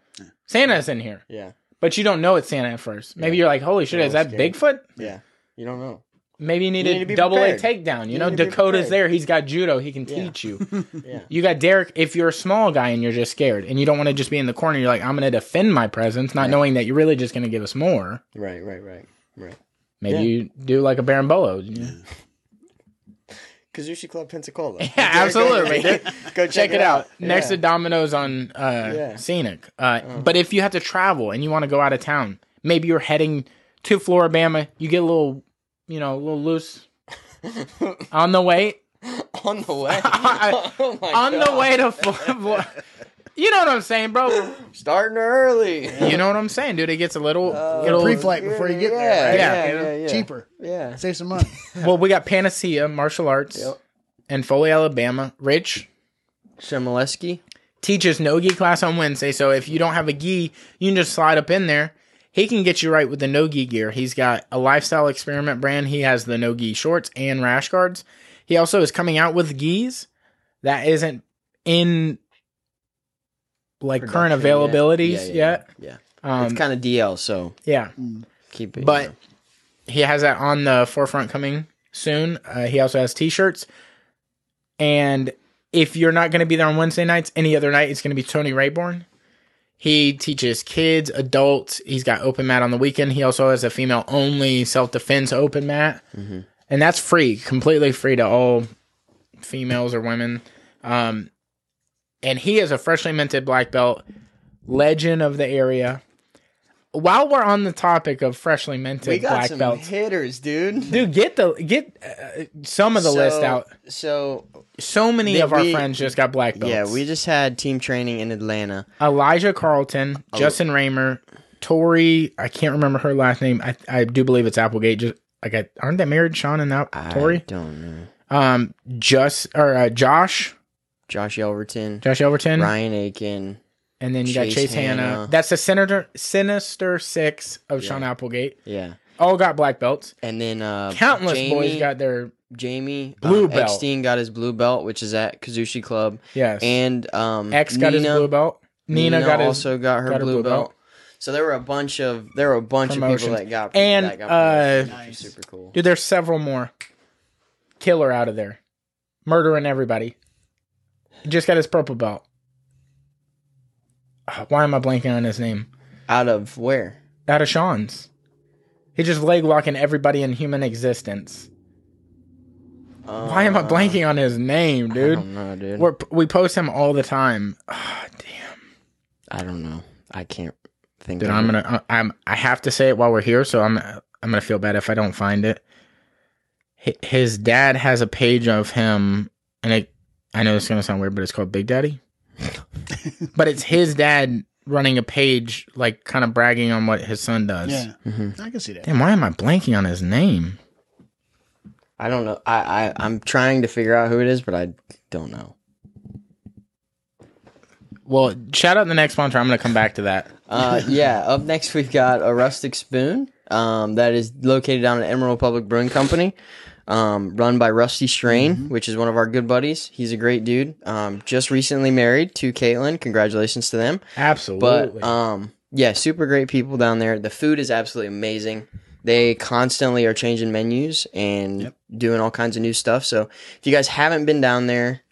Santa's in here.
yeah,
But you don't know it's Santa at first. Maybe you're like, holy shit, is that Bigfoot?
yeah. You don't know.
Maybe you need
need to
a
be
double A
prepared.
takedown. You, know,
need to be
Dakota's
prepared.
there. He's got judo. He can teach you.
Yeah.
You got Derek. If you're a small guy and you're just scared and you don't want to just be in the corner, you're like, I'm going to defend my presence, not knowing that you're really just going to give us more.
Right, right, right, right.
Maybe
Yeah.
you do like a Barambolo. you know?
Kazushi Club Pensacola.
Yeah, absolutely.
Go,
Check it out. Next to
Yeah.
Domino's on uh,
Yeah. Uh-huh.
Scenic. Uh, But if you have to travel and you want to go out of town, maybe you're heading to Floribama, you get a little, you know, a little loose on the way.
on the way.
I-
oh my
on
God.
the way to Florida. You know what I'm saying, bro.
Starting early.
You know what I'm saying, dude. It gets a little.
a
Uh,
it'll-
pre-flight before you get there.
Yeah,
right?
Yeah.
yeah, yeah, yeah.
Cheaper.
Yeah.
Save some money.
well, we got Panacea Martial Arts
Yep.
and Foley, Alabama. Rich
Shemaleski.
teaches no gi class on Wednesday, so if you don't have a gi, you can just slide up in there. He can get you right with the no gi gear. He's got a lifestyle experiment brand. He has the no gi shorts and rash guards. He also is coming out with gis that isn't in like current availabilities
yeah, yeah,
yet.
Yeah.
Um,
it's kind of DL, so
yeah.
keep it.
but he has that on the forefront coming soon. Uh, he also has t-shirts, and if you're not going to be there on Wednesday nights, any other night, it's going to be Tony Rayborn. He teaches kids, adults. He's got open mat on the weekend. He also has a female only self defense open mat,
Mm-hmm.
and that's free, completely free to all females or women. Um, and he is a freshly minted black belt, legend of the area. while we're on the topic of freshly
We
minted
got
black
some
belts,
hitters, dude.
dude, get the get uh, some of the
So-
list out.
So
So many
The-
of our
we-
friends just got black belts.
yeah, we just had team training in Atlanta.
Elijah Carlton,
Oh.
Justin Raymer, Tori. I can't remember her last name. I I do believe it's Applegate. Just like I, aren't they married? Sean and Al-
I
Tori.
don't know.
Um, just or uh, Josh,
Josh Elverton,
Josh Elverton,
Ryan Aiken.
and then you got
Chase
Chase Hanna.
Hanna.
That's the senator, sinister six of Sean Applegate.
Yeah,
All got black belts.
and then uh,
Countless
Jamie,
boys got their
Jamie
Blue
um,
belt.
Eckstein got his blue belt, which is at Kazushi Club,
yes.
and um,
X got his
Nina-
blue belt. Nina, got his
also got her
got her
blue,
blue
belt.
belt.
So there were a bunch of there were a bunch
Promotions.
of people that got
And,
that got
uh,
promotions, which was super cool.
Dude, there's several more. Killer out of there. Murdering everybody. Just got his purple belt. Uh, Why am I blanking on his name?
Out of where?
Out of Sean's. He just leg locking everybody in human existence. Why am I
Uh,
blanking on his name,
I
dude?
don't know, dude.
We're, we post him all the time. Ah, damn,
I don't know. I can't think.
dude,
of
I'm
it.
gonna I- I'm I have to say it while we're here, so I'm I'm gonna feel bad if I don't find it. Hi- His dad has a page of him, and it, I know this is gonna sound weird, but it's called Big Daddy. but it's his dad running a page, like kind of bragging on what his son does.
Yeah,
Mhm.
I can see that.
Damn, why am I blanking on his name?
I don't know. I, I I'm trying to figure out who it is, but I don't know.
Well, shout out the next sponsor. I'm gonna come back to that.
Uh, yeah. Up next, we've got a rustic spoon. Um, that is located down at Emerald Public Brewing Company, um, run by Rusty Strain,
Mm-hmm.
which is one of our good buddies. He's a great dude. Um, just recently married to Caitlin. Congratulations to them.
Absolutely.
But um, yeah, super great people down there. The food is absolutely amazing. They constantly are changing menus and doing all kinds of new stuff. So if you guys haven't been down there,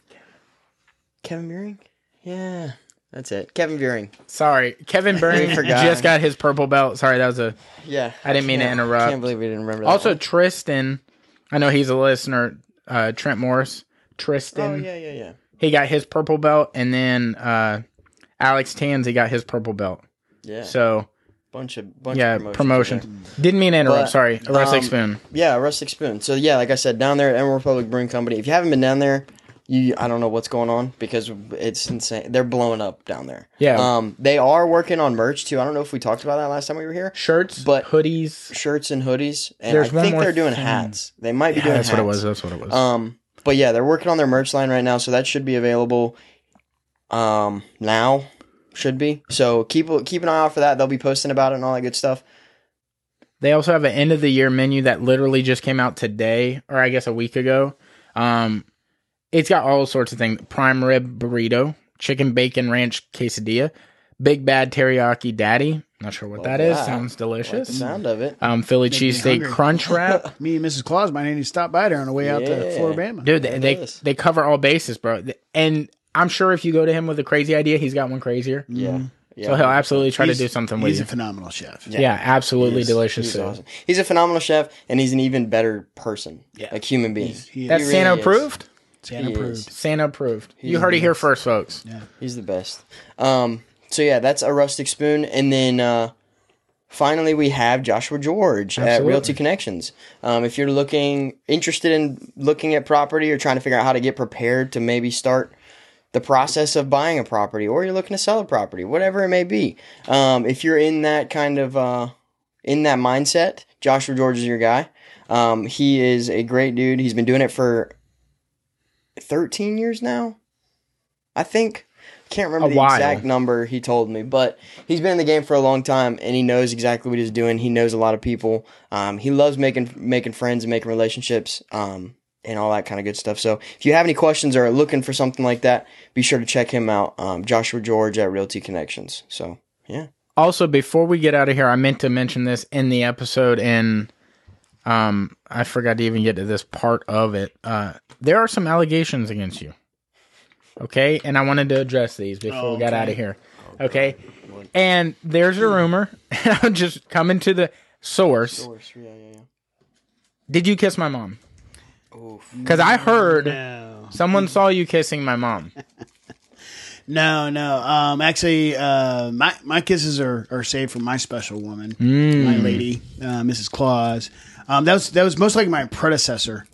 Kevin Buring, yeah, that's it. Kevin Buring,
Sorry, Kevin Byrne
forgot.
just got his purple belt. Sorry, that was a.
yeah.
I didn't mean to interrupt.
Can't believe we didn't remember. That
Also,
one.
Tristan, I know he's a listener. Uh, Trent Morris, Tristan,
oh yeah, yeah, yeah.
he got his purple belt, and then uh, Alex Tanzi got his purple belt.
Yeah,
So
bunch of bunch
yeah,
of promotions.
promotion.
there.
Didn't mean to interrupt.
But,
sorry, a rustic
um,
spoon.
Yeah, Rustic Spoon. So yeah, like I said, down there at Emerald Republic Brewing Company. If you haven't been down there, you I don't know what's going on because it's insane. They're blowing up down there.
Yeah.
Um, they are working on merch too. I don't know if we talked about that last time we were here.
Shirts,
but-
but hoodies.
Shirts and hoodies, and
There's
I
one
think
more
they're doing
thing.
hats. They might be
Yeah,
doing
that's what it was.
hats.
That's what it was.
Um, but yeah, they're working on their merch line right now, so that should be available. Um, now should be. So keep keep an eye out for that. They'll be posting about it and all that good stuff.
They also have an end of the year menu that literally just came out today, or I guess a week ago. Um, it's got all sorts of things: prime rib burrito, chicken bacon ranch quesadilla, big bad teriyaki daddy. Not sure what
Love
that is.
that.
Sounds
I Like the
delicious.
sound of it.
um, Philly
Make me
cheesesteak
hungry.
crunch wrap,
Me and Mrs. Claus might need to stop by there on the way out to
Yeah.
Floribama.
dude. They
There it
they,
is.
they cover all bases, bro. And I'm sure if you go to him with a crazy idea, he's got one crazier.
Yeah. Yeah.
So he'll absolutely try
He's-
to do something with
He's
you.
a phenomenal chef.
yeah. absolutely delicious.
He's
food.
awesome. He's a phenomenal chef, and he's an even better person,
Yeah.
like human being.
He is-
That's
really
Santa
is.
approved.
Santa
He
approved.
is.
Santa approved.
He's
you heard
the
it here first, folks.
He's the best. Um, so yeah, that's a rustic spoon, and then uh, finally we have Joshua George at
Absolutely.
Realty Connections. Um, if you're looking interested in looking at property or trying to figure out how to get prepared to maybe start the process of buying a property, or you're looking to sell a property, whatever it may be, um, if you're in that kind of uh, in that mindset, Joshua George is your guy. Um, he is a great dude. He's been doing it for 13 years now. I think can't remember
A
the
while.
exact number he told me, but he's been in the game for a long time and he knows exactly what he's doing. He knows a lot of people. Um, he loves making making friends and making relationships um, and all that kind of good stuff. So if you have any questions or are looking for something like that, be sure to check him out, um, Joshua George at Realty Connections. So yeah,
Also, before we get out of here, I meant to mention this in the episode, and um, I forgot to even get to this part of it. Uh, there are some allegations against you. Okay, and I wanted to address these before we got
Okay.
out of here. Okay, and there's a rumor. I'm just coming to the source.
yeah, yeah,
Did you kiss my mom?
yeah. Oof.
Because I heard
No.
someone saw you kissing my mom.
No, no. Um, actually, uh, my my kisses are, are saved for my special woman, my lady, uh, Mrs. Claus. Um, that was that was most likely my predecessor.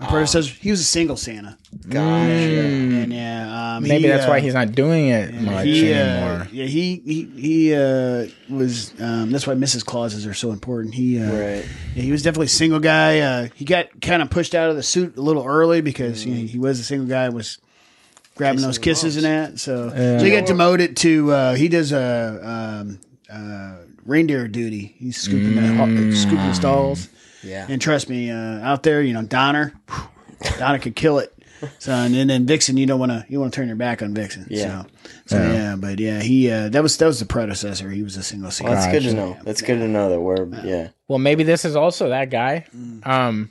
My predecessor. He was a single Santa,
Gosh.
and yeah, um,
Maybe
he,
that's
uh,
why he's not doing it much
he, uh,
anymore.
yeah, he he he uh, was. Um, that's why Mrs. Clauses are so important. He uh,
Right.
yeah, he was definitely a single guy. Uh, he got kind of pushed out of the suit a little early because you know, he was a single guy. Was grabbing those kisses and that. So, so he got demoted to. Uh, he does uh, um, uh, reindeer duty. He's scooping the scooping
Mm.
the stalls.
Yeah.
And trust me, uh, out there, you know Donner, whew, Donner could kill it. So and, and then Vixen, you don't want to you want to turn your back on Vixen.
Yeah.
So, so yeah. but yeah, he uh, that was that was the predecessor. He was a single season.
Well, that's good to know. That's good to know that we're yeah.
Well, maybe this is also that guy.
Mm.
Um,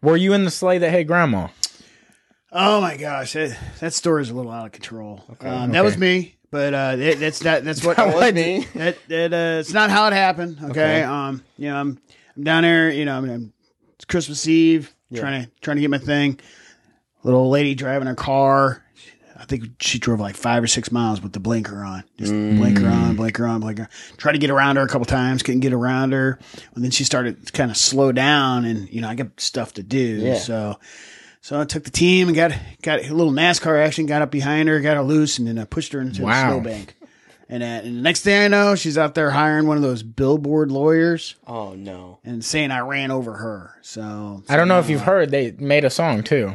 were you in the sleigh that hit grandma?
Oh my gosh, that, that story's a little out of control. Um, that was me, but uh, that, that's that that's what
That was me.
That, that uh, it's not how it happened. Okay? um, you know, I'm I'm down there. You know, I'm, I'm- it's Christmas Eve, trying to trying to get my thing. Little old lady driving her car. I think she drove like five or six miles with the blinker on, just
Mm.
blinker on, blinker on, blinker. on. Tried to get around her a couple times, couldn't get around her, and then she started to kind of slow down. And you know, I got stuff to do,
Yeah.
so so I took the team and got got a little NASCAR action, got up behind her, got her loose, and then I pushed her into
Wow.
the snowbank. And, uh, and the next thing I know, she's out there hiring one of those billboard lawyers
Oh no.
and saying I ran over her. So,
I don't know if you've heard. They made a song too.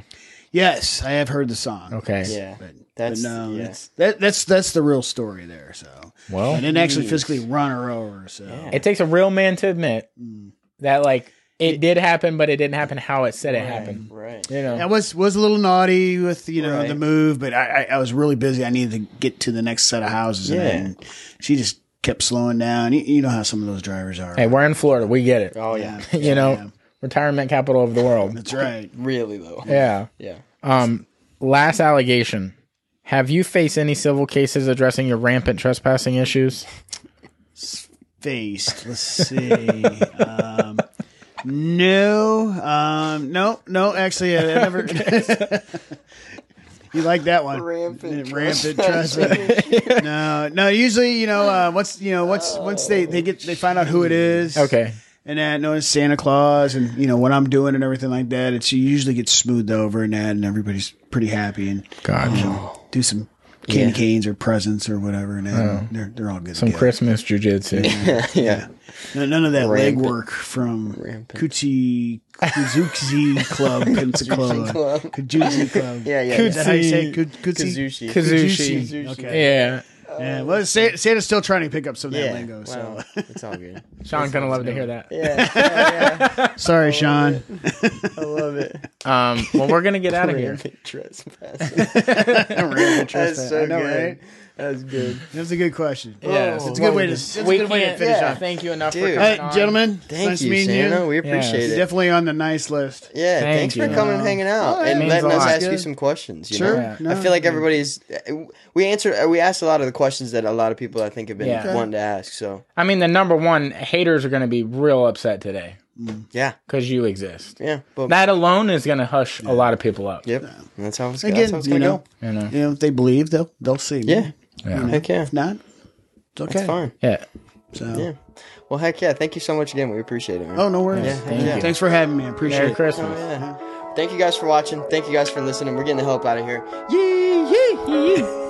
yes, I have heard the song.
Okay.
Yeah.
But
That's
no,
yeah.
that's that, that's that's the real story there. So,
Well,
I didn't actually physically run her over. So,
it takes a real man to admit
Mm.
that like it, did happen, but it didn't happen how it said it happened.
right.
You know.
I was was a little naughty with you know
Right.
the move, but I, I I was really busy. I needed to get to the next set of houses.
Yeah.
And then she just kept slowing down. You, you know how some of those drivers are.
Hey, we're in Florida. We get it.
Oh yeah.
you know, retirement capital of the world.
That's right.
Really low.
yeah.
Yeah.
Um, last allegation. Have you faced any civil cases addressing your rampant trespassing issues?
Faced. Let's see. um, no, um, no, no. Actually, I, I never. you like that one?
Rampant
rampant trust. no, no. Usually, you know, uh, once you know, once once they they get they find out who it is.
Okay.
and that knowing Santa Claus and you know what I'm doing and everything like that. It's you usually get smoothed over and that, and everybody's pretty happy and
Gotcha.
do some candy canes or presents or whatever, and that,
Oh.
and they're they're all good.
Some
together.
Christmas jujitsu.
yeah.
No- none of that
Rampant.
legwork from Kuchi Kuzuki Club Pensacola
Club.
Kuzuki Club.
Yeah, yeah.
Is that how you say it?
Kutsi-
Kut- Kutsi?
Kazushi.
Kazushi.
Kutsi. Okay.
Yeah.
Yeah, Well, Sa- Santa's still trying to pick up some of that
Yeah.
lingo. So
Well, it's all good.
Sean's gonna love to hear that.
Yeah. yeah,
sorry, Sean.
I love it.
Um, well, we're gonna get out of here.
Rampant trespass. That's so
I know,
good.
right?
That's good.
That's a good question.
Yeah.
It's a good way to. That's a
We
good way to
can't-
finish
yeah.
off.
Thank you enough
Dude.
for
Hey,
coming on.
gentlemen.
Thank
nice
you,
meeting
Santa.
you.
We
Yeah.
appreciate
You're
it.
definitely on the nice list.
Yeah,
Thank
thanks
you.
for coming and hanging out
Oh,
and
means
letting
a
us
lot.
ask you
Good.
some questions. You
Sure.
know?
Yeah.
I feel like everybody's eh, we answered we asked a lot of the questions that a lot of people I think have been
Yeah.
wanting to ask. So
I mean, the number one haters are gonna be real upset today
yeah,
because you exist.
yeah, but
That alone is gonna hush a lot of people up.
yep, that's how it's, that's
Again,
how it's
you
gonna
know,
go.
You know.
you know, if they believe, they'll they'll see. me.
Yeah,
Yeah.
heck yeah,
If not, it's okay.
it's fine.
Yeah.
So.
Yeah, well, heck yeah, thank you so much again. We appreciate it. Man. Oh,
Oh, no worries.
Yeah,
Thank
yeah.
you. Thanks for having me. I appreciate
Merry
it.
Christmas.
yeah. Thank you guys for watching. Thank you guys for listening. We're getting the help out of here. Yee yee yee.